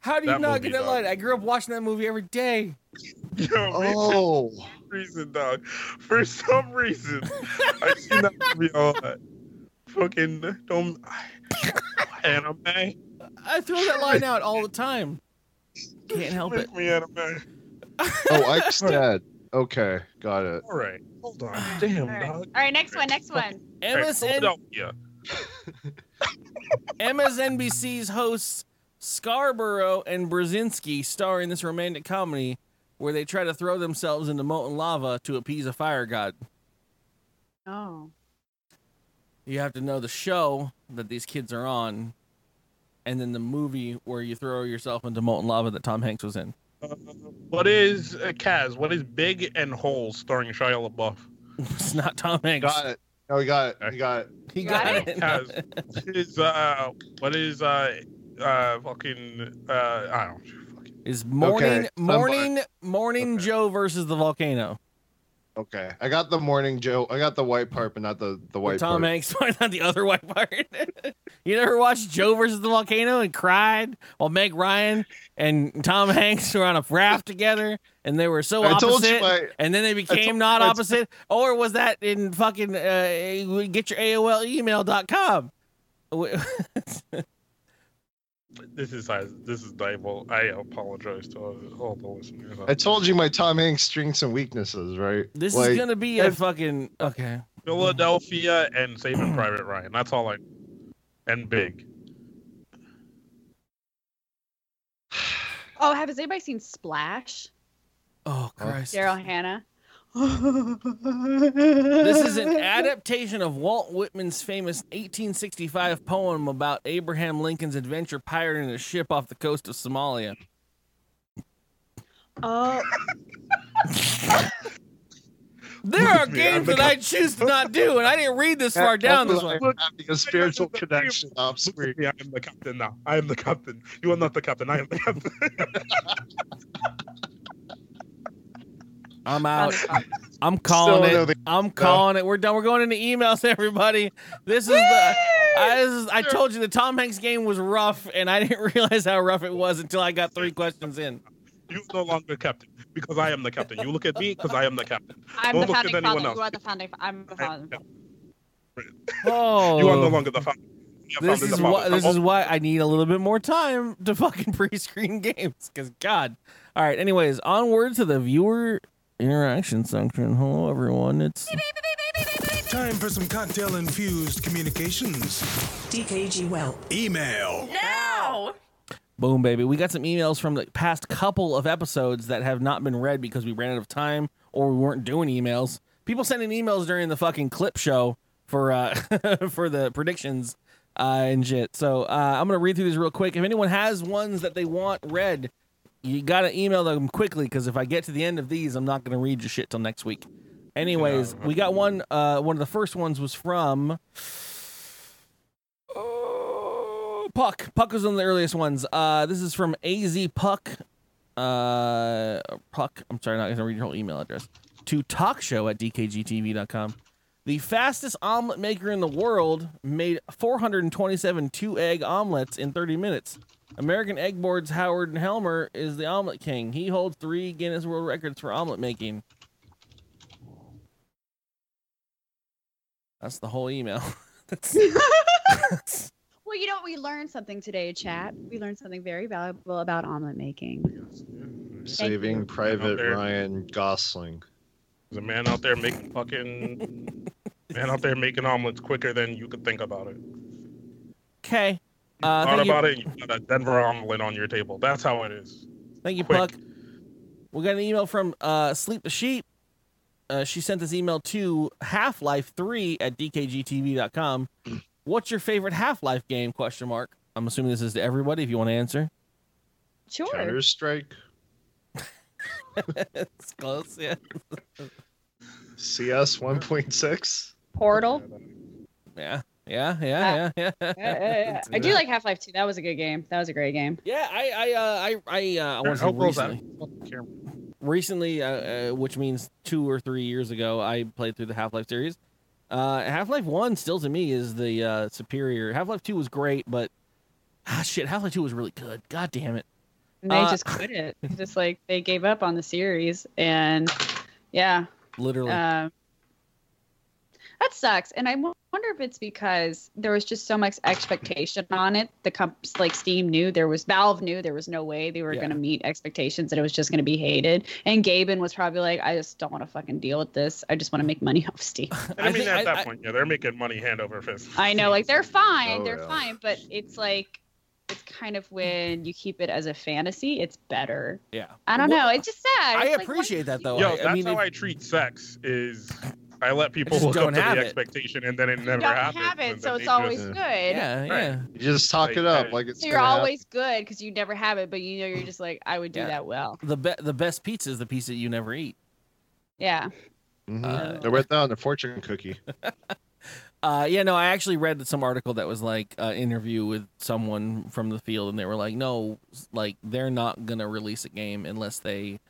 How do you That movie, not get that dog. line? I grew up watching that movie every day. Yo, me too. Oh, reason, dog. For some reason, I seen that movie all that. Fucking don't anime. I throw that line out all the time. Can't help Make it. me anime. oh, I'm dead. Okay, got it. All right, hold on. Damn, All right. All dog. right, next one, next one. All right, MSN, Philadelphia. MSNBC's hosts Scarborough and Brzezinski star in this romantic comedy where they try to throw themselves into molten lava to appease a fire god. Oh. you have to know the show that these kids are on and then the movie where you throw yourself into molten lava that Tom Hanks was in. Uh, what is uh, Kaz? What is Big and Holes starring Shia LaBeouf? it's not Tom Hanks. Got it. No, we got it. We got it. He Got got, it? it. Kaz, what is uh, what is uh, uh, fucking uh, I don't. know. Is morning Okay, morning morning Okay. Joe versus the volcano. Okay, I got the morning Joe. I got the white part, but not the the white Tom part. Hanks, why not the other white part? you never watched Joe versus the volcano and cried while Meg Ryan and Tom Hanks were on a raft together and they were so I opposite, told you my- and then they told became you not my- opposite. Or was that in fucking uh, get your AOL email.com? This is uh, this is Dable. I apologize to all, all the listeners. Uh, I told you my Tom Hanks strengths and weaknesses, right? This Like, is gonna be a fucking okay. Philadelphia and Saving Private Ryan. That's all I. And Big. Oh, has anybody seen Splash? Oh Christ! Daryl Hannah. This is an adaptation of Walt Whitman's famous 1865 poem about Abraham Lincoln's adventure pirating a ship off the coast of Somalia. Oh. There are games that I choose to not do, and I didn't read this far down this one. having a spiritual connection off screen. I am the captain now. I am the captain. You are not the captain. I am the captain. I'm out. I'm calling Still no, they- it. I'm calling it. We're done. We're going into emails, everybody. This is the. I, this is, I told you the Tom Hanks game was rough, and I didn't realize how rough it was until I got three questions in. You are no longer captain because I am the captain. You look at me because I am the captain. I'm Don't the look at founding anyone father. You else. are the founding. I'm the founding. father. Oh, You are no longer the founder. You are This founded is the father. why. This I'm is why I need a little bit more time to fucking pre-screen games. Cause God. All right. Anyways, onward to the viewer interaction section. Hello, everyone. It's Time for some cocktail infused communications. DKG Well. Email. No. boom, baby. We got some emails from the past couple of episodes that have not been read because we ran out of time or we weren't doing emails. People sending emails during the fucking clip show for uh for the predictions uh, and shit. So uh, I'm gonna read through these real quick. If anyone has ones that they want read, you gotta email them quickly because if I get to the end of these, I'm not gonna read your shit till next week. Anyways, we got one. Uh, one of the first ones was from Oh, Puck. Puck was one of the earliest ones. Uh, this is from AZ Puck. Uh, Puck. I'm sorry, not going to read your whole email address. To talkshow at dkgtv.com. The fastest omelet maker in the world made 427 two egg omelets in 30 minutes. American Egg Board's Howard Helmer is the omelet king. He holds three Guinness World Records for omelet making. That's the whole email. That's- Well, you know, we learned something today, chat. We learned something very valuable about omelet making. Saving Out Private there. Ryan Gosling. There's a man out there making fucking man out there making omelets quicker than you could think about it. Okay. Thought Uh, thank, you, about it, and you got a Denver omelet on your table. That's how it is. thank you, Puck. We got an email from uh, Sleep the Sheep. Uh, she sent this email to Half Life Three at dkgtv.com. What's your favorite Half Life game? Question mark. I'm assuming this is to everybody. If you want to answer, Sure. Counter Strike, it's close. Yeah. CS 1.6. Portal. Yeah. Yeah. Yeah. Yeah. Uh, Yeah. I, I do like Half Life 2. That was a good game. That was a great game. Yeah, I, I, uh, I, I, uh, I want to say recently. recently, uh, uh, which means two or three years ago, I played through the Half Life series. Uh, Half Life One still to me is the uh, superior. Half Life Two was great, but ah shit, Half Life Two was really good. God damn it! And they Uh, just quit it. Just like they gave up on the series. And yeah. Literally, Um, that sucks. And I wo- wonder if it's because there was just so much expectation on it. The comps like Steam knew there was Valve knew there was no way they were Yeah. going to meet expectations and it was just going to be hated. And Gaben was probably like, I just don't want to fucking deal with this. I just want to make money off Steam. And I, mean, at that point, yeah, they're making money hand over fist. I know, like they're fine, Oh, they're yeah. fine, but it's like it's kind of when you keep it as a fantasy, it's better. yeah. I don't Well, know. It's just sad. I It's like, appreciate that though. Yo, I, I that's mean, how it- I treat sex. Is I let people just look don't up to have the it. expectation, and then it you never don't happens. have it, and so then it's they just- always good. Yeah, yeah. You just talk it up like it's. So you're gonna happen. always good because you never have it, but you know you're just like, I would do Mm. Yeah. that well. the be- the best pizza is the pizza you never eat. Yeah. Mhm. I wrote down the fortune cookie. Uh, yeah, no, I actually read some article that was like an interview with someone from the field, and they were like, no, like they're not gonna release a game unless they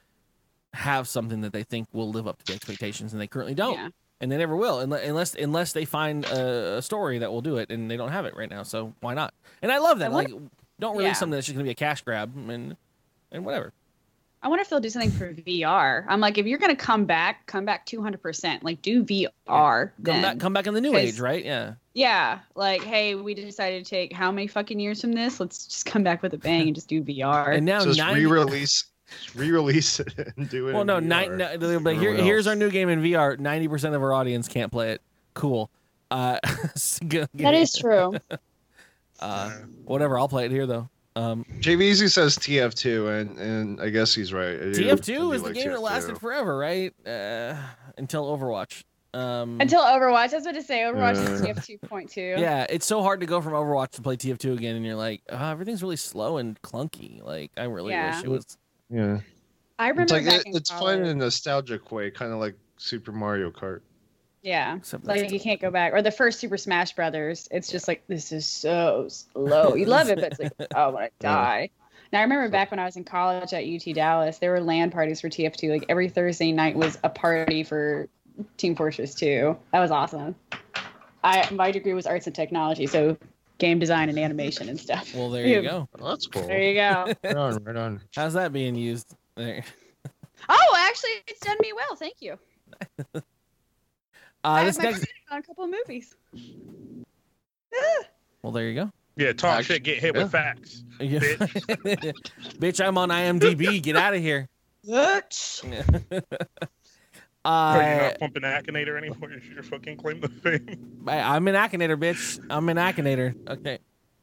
have something that they think will live up to the expectations, and they currently don't, and they never will, unle- unless unless they find a, a story that will do it, and they don't have it right now. So why not? And I love that. I wonder- like, don't release Yeah. something that's just gonna be a cash grab and and whatever. I wonder if they'll do something for VR. I'm like, if you're gonna come back, come back 200. percent Like, do VR. Come then. back, come back in the new 'Cause- age, right? Yeah. Yeah, like, hey, we decided to take how many fucking years from this? Let's just come back with a bang and just do VR. And now just 90 re-release, just re-release it and do it. Oh, Well, in no, VR. nine, no they'll be like, here, Everyone here's else. our new game in VR. Ninety percent of our audience can't play it. Cool. Uh, so go- That is true. Uh, whatever. I'll play it here though. Um, JVZ says TF2, and and I guess he's right. I do- I do TF2 is the like game that lasted TF2. forever, right? Uh, until Overwatch. Um, Until Overwatch. I was about to say Overwatch is Uh. TF 2.2. yeah, it's so hard to go from Overwatch to play TF2 again, and you're like, oh, everything's really slow and clunky. Like, I really Yeah. wish it was. Yeah, I it's remember like back it- in it's fun college. in a nostalgic way, kind of like Super Mario Kart. Yeah, Except like you can't go back. Or the first Super Smash Brothers. It's just like this is so slow. You love it, but it's like oh, when I die. Now I remember back when I was in college at UT Dallas, there were land parties for TF2. Like every Thursday night was a party for Team Fortress 2. That was awesome. I my degree was arts and technology, so game design and animation and stuff. Well, there you Yeah. go. Well, Oh, that's cool. There you go. Right on, right on. How's that being used? There. Oh, actually, it's done me well. Thank you. I Uh, have this my next. credit on a couple of movies. Well, there you go. Yeah, talk shit, get hit with facts. Yeah. Bitch. I'm on IMDb. Get out of here. Are you Uh, not pumping Akinator anymore? You should fucking claim the fame. I, I'm an Akinator, bitch. I'm an Akinator. Okay.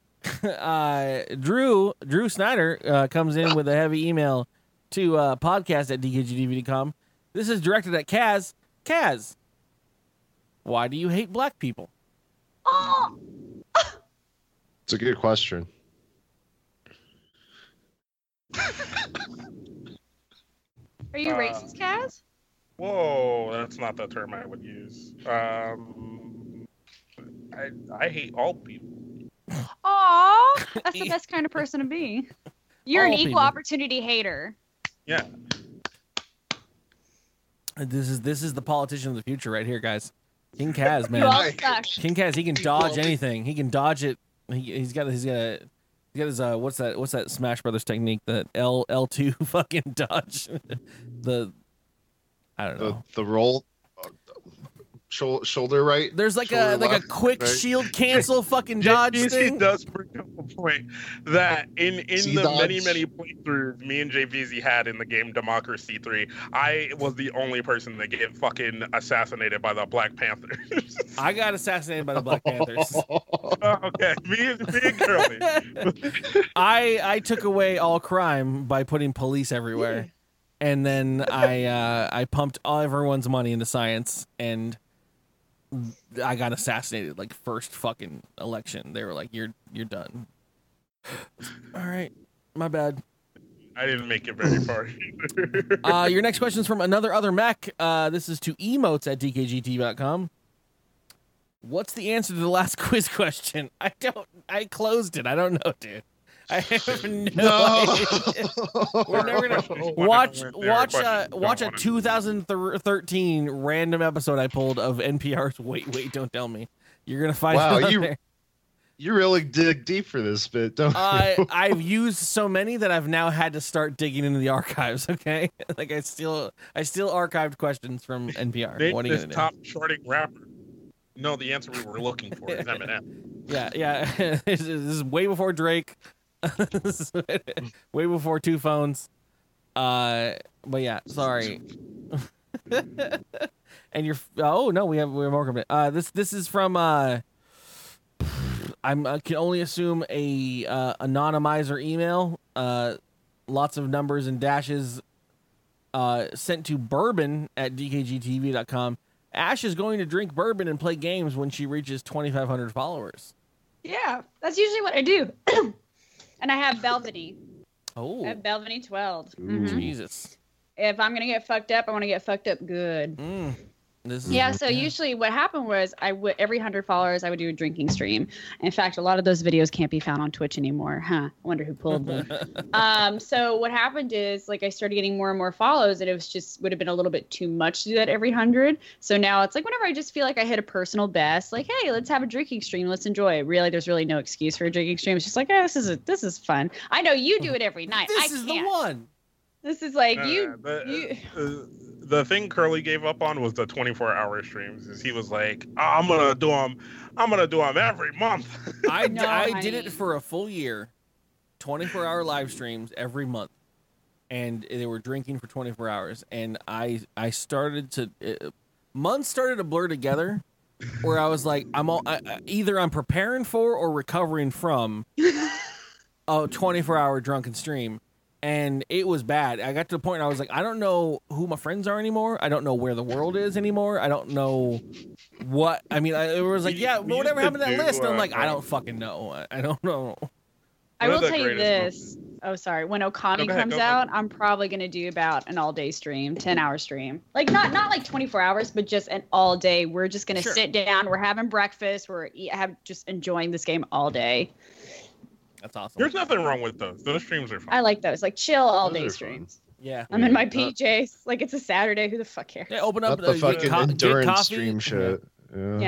uh, Drew Drew Snyder uh, comes in with a heavy email to uh, podcast at dkgdvd.com. This is directed at Kaz. Kaz, why do you hate black people? Oh, It's a good question. Are you Uh, racist, Kaz? Whoa, that's not the term I would use. Um, I, I hate all people. Aw, that's the best kind of person to be. You're an All equal people. opportunity hater. Yeah. This is this is the politician of the future right here, guys. King Kaz, man. You all suck. King Kaz, he can dodge anything. He can dodge it. He, he's got he's got a he got his uh what's that what's that Smash Brothers technique that L L two fucking dodge the I don't The know. the roll, uh, shou- shoulder right. There's like shoulder a like a left, quick right. shield cancel fucking dodge JVC thing. does bring up a point that in in See the dodge? many many playthroughs me and JVZ had in the game Democracy Three, I was the only person to get fucking assassinated by the Black Panther. I got assassinated by the Black Panthers. okay, me and me and Curly. I I took away all crime by putting police everywhere, and then I uh, I pumped all everyone's money into science, and I got assassinated like first fucking election. They were like, "You're you're done." all right, my bad. I didn't make it very far. either. Uh, your next question is from another other Mac. Uh, this is to emotes at dkgt.com. What's the answer to the last quiz question? I don't. I closed it. I don't know, dude. I have no. idea. We're never gonna watch watch uh, watch a 2013 random episode I pulled of NPR's. Wait, wait, don't tell me. You're gonna find Wow, it on you- there. You really dig deep for this bit, don't I you? Uh, I've used so many that I've now had to start digging into the archives. Okay, like I still I still archived questions from NPR. Name what are you this gonna top charting rapper. No, the answer we were looking for is Eminem. do? Yeah, yeah. this is way before Drake. This is way before two phones. Uh, but yeah, sorry. and you're oh no, we have we have more coming. Uh, this this is from uh. I'm, I can only assume a uh, anonymizer email. Uh, lots of numbers and dashes uh, sent to bourbon at dkgtv.com. Ash is going to drink bourbon and play games when she reaches 2,500 followers. Yeah, that's usually what I do. and I have Belvany. I Oh, have Belvany 12. Mhm. Jesus. If I'm going to get fucked up, I want to get fucked up good. Mm. This Yeah, so usually what happened was I would every 100 followers I would do a drinking stream. In fact, a lot of those videos can't be found on Twitch anymore, huh? I wonder who pulled them. um, so what happened is like I started getting more and more follows, and it was just would have been a little bit too much to do that every hundred. So now it's like whenever I just feel like I hit a personal best, like hey, let's have a drinking stream, let's enjoy it. Really, there's really no excuse for a drinking stream. It's just like oh, this is a, this is fun. I know you do it every night. This I is can't. the one. This is like Uh, you. but, uh, you uh, the thing Curly gave up on was the 24 hour streams. Is he was like, "Ah, I'm gonna do them, I'm gonna do them every month. I, No, I did it honey. for a full year, 24 hour live streams every month, and they were drinking for 24 hours. And I I started to uh, months started to blur together, where I was like, I'm all I, I- either I'm preparing for or recovering from a 24 hour drunken stream. And it was bad. I got to the point where I was like, I don't know who my friends are anymore. I don't know where the world is anymore. I don't know what. I mean, I, it was like, yeah, we whatever used to happened to that do, list? And I'm uh, like, I um, don't fucking know. I- I don't know. I will One of the tell you this. greatest Oh, sorry. When Okami No, go ahead, comes go ahead. out, I'm probably gonna do about an all day stream, ten hour stream. Like not not like 24 hours, but just an all day. We're just gonna Sure. sit down. We're having breakfast. We're eat, have just enjoying this game all day. That's awesome. There's nothing wrong with those. Those streams are fun. I like those. Like chill all Those day are streams. Yeah. uh, I'm in my Not- PJs. Like it's a Saturday. Who the fuck cares? Yeah, open Not the fucking endurance stream shit. Uh, Yeah.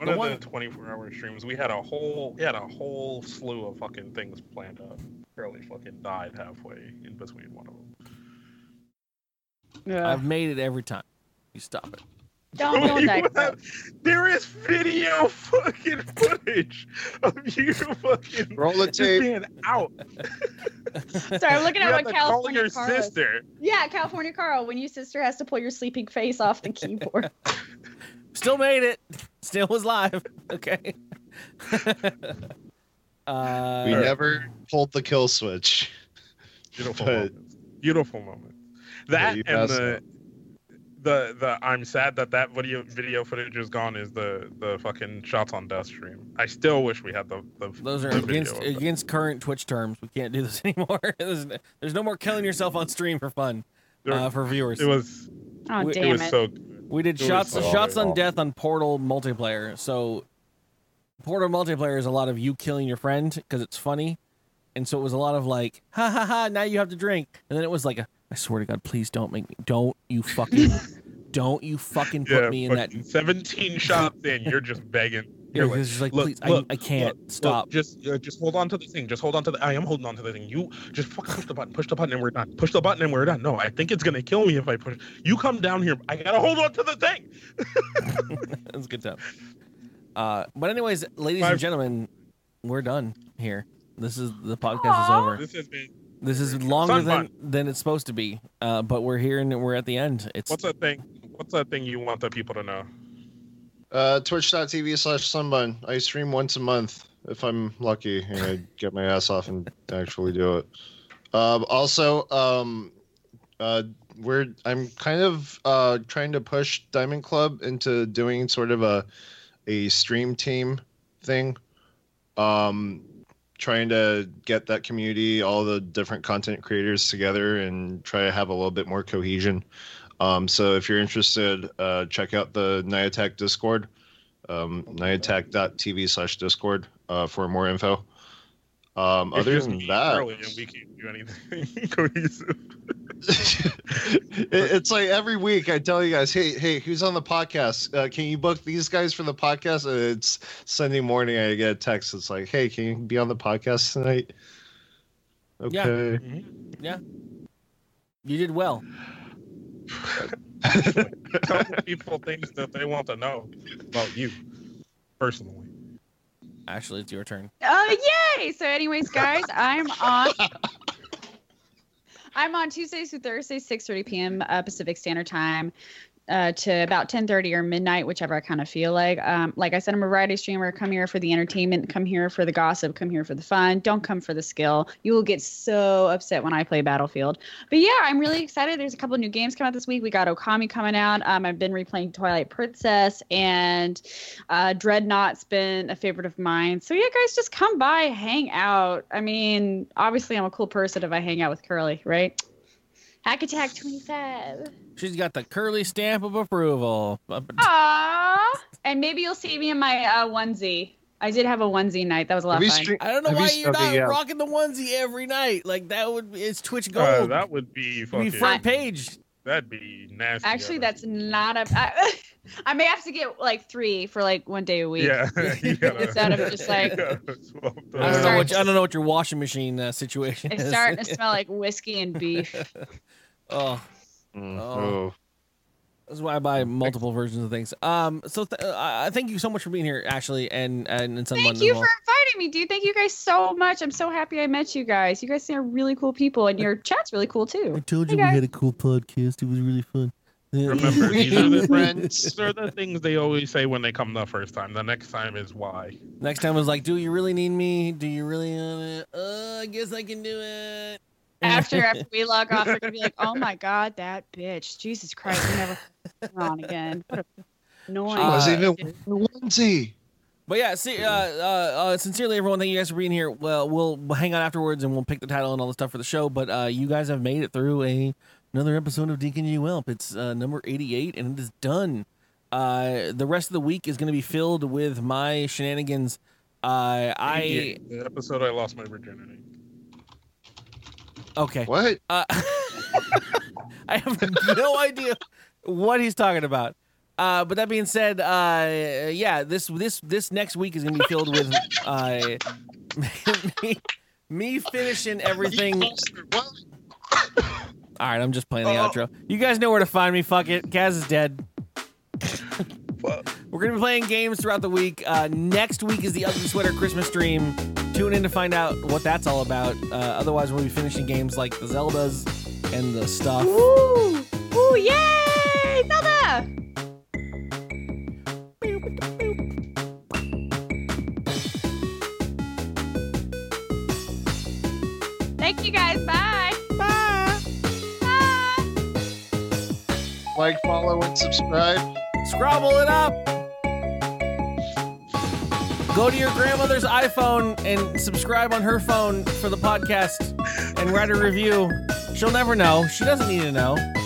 Yeah. One of the 24 hour streams, we had a whole, we had a whole slew of fucking things planned up. Curly fucking died halfway in between one of them. I've made it every time. You stop it. Don't don't die. There is video fucking footage of you fucking Roll the just tape. being out. Sorry, I'm looking You at have what to call California your Carl is. sister. Yeah, California Carl. When your sister has to pull your sleeping face off the keyboard. Still made it. Still was live. Okay. uh, we never pulled the kill switch. Beautiful But beautiful moment. That you and passed the, the the I'm sad that that video video footage is gone. Is the the fucking shots on death stream? I still wish we had the, the Those are the against video of that. against current Twitch terms. We can't do this anymore. there's, no, there's no more killing yourself on stream for fun uh, for viewers. It was Oh, We- damn it was it. so We did It was shots so shots on awful. death on Portal multiplayer. So Portal multiplayer is a lot of you killing your friend because it's funny, and so it was a lot of like ha ha ha. Now you have to drink, and then it was like a, I swear to God, please don't make me. Don't you fucking. don't you fucking put Yeah, me in that. fucking 17 shots in, you're just begging. You're Yeah, 'cause it's just like, "Please, I- I can't. Stop." just, uh, just hold on to the thing. Just hold on to the. I am holding on to the thing. You just fucking push the button. Push the button, and we're done. Push the button, and we're done. No, I think it's gonna kill me if I push. You come down here. I gotta hold on to the thing. That was a good time. Uh, but anyways, ladies and gentlemen, we're done here. This is the podcast is Aw. over. This has been- This is longer Fun than than it's supposed to be. Uh, but we're here and we're at the end. It's What's that thing? What's that thing you want the people to know? Uh, Twitch.tv slash sunbun. I stream once a month if I'm lucky and I get my ass off and actually do it. Um, also, um, uh, we're I'm kind of uh, trying to push Diamond Club into doing sort of a a stream team thing. Um, trying to get that community, all the different content creators together, and try to have a little bit more cohesion. Um, so if you're interested, uh, check out the Niatak Discord, um, niatak.tv slash Discord uh, for more info. Um, It's other just than me, that, Curly, and we can't do anything cohesive. it- it's like every week I tell you guys, hey, hey, who's on the podcast? Uh, can you book these guys for the podcast? And it's Sunday morning. I get a text. It's like, hey, can you be on the podcast tonight? Okay. Yeah. yeah. You did well. Tell the people things that they want to know about you personally. Actually, it's your turn. Oh yay! So, anyways, guys, I'm on. I'm on Tuesdays through Thursdays, 6:30 p.m. Uh, Pacific Standard Time, uh, to about 10:30 or midnight, whichever I kind of feel like. Um, like I said, I'm a variety streamer. Come here for the entertainment. Come here for the gossip. Come here for the fun. Don't come for the skill. You will get so upset when I play Battlefield. But yeah, I'm really excited. There's a couple new games coming out this week. We got Okami coming out. Um, I've been replaying Twilight Princess, and uh, Dreadnought's been a favorite of mine. So yeah, guys, just come by, hang out. I mean, obviously, I'm a cool person if I hang out with Curly, right? Hack Attack 25. She's got the curly stamp of approval. Up- Aww. And maybe you'll see me in my uh, onesie. I did have a onesie night. That was a lot of fun. I don't know why you, are not rocking the onesie every night. Like that would be it's Twitch gold. Uh, that would be Be fucking front page. That'd be nasty. Actually, that's not a. I, I may have to get like three for like one day a week. yeah. you gotta- Instead of just like, Yeah. I don't know what I don't know what your washing machine uh, situation it's is. starting to smell like whiskey and beef. oh. oh. That's why I buy multiple versions of things. Um, so th- uh, I I thank you so much for being here, Ashley, and and, and someone. Thank you for inviting me, dude. Thank you guys so much. I'm so happy I met you guys. You guys are really cool people, and your chat's really cool too. Hey, guys. a cool podcast. It was really fun. Remember, these are, the, these are the things they always say when they come the first time. The next time is why. Next time was like, do you really need me? Do you really want it? Uh, I guess I can do it. After after we log off, they're gonna be like, "Oh my god, that bitch! Jesus Christ, we never on again." What a annoying. was Uh, even wearing a onesie. But yeah, see, uh, uh, uh, sincerely, everyone, thank you guys for being here. Well, we'll we'll hang out afterwards and we'll pick the title and all the stuff for the show. But uh, you guys have made it through a another episode of Deacon G Whelp. It's uh, number eighty-eight, and it is done. Uh, the rest of the week is going to be filled with my shenanigans. Uh, I the episode I lost my virginity. okay. What? Uh, I have no idea what he's talking about. Uh, but that being said, uh, yeah, this this this next week is gonna be filled with uh, me, me finishing everything. All right, I'm just playing the outro. You guys know where to find me. Fuck it, Kaz is dead. We're gonna be playing games throughout the week. Uh, next week is the Ugly Sweater Christmas stream. Tune in to find out what that's all about. Uh, otherwise, we'll be finishing games like the Zeldas and the stuff. Ooh, ooh, yay, Zelda! Thank you guys. Bye. Bye. Like, follow, and subscribe. Scrabble it up. Go to your grandmother's iPhone and subscribe on her phone for the podcast and write a review. She'll never know. She doesn't need to know.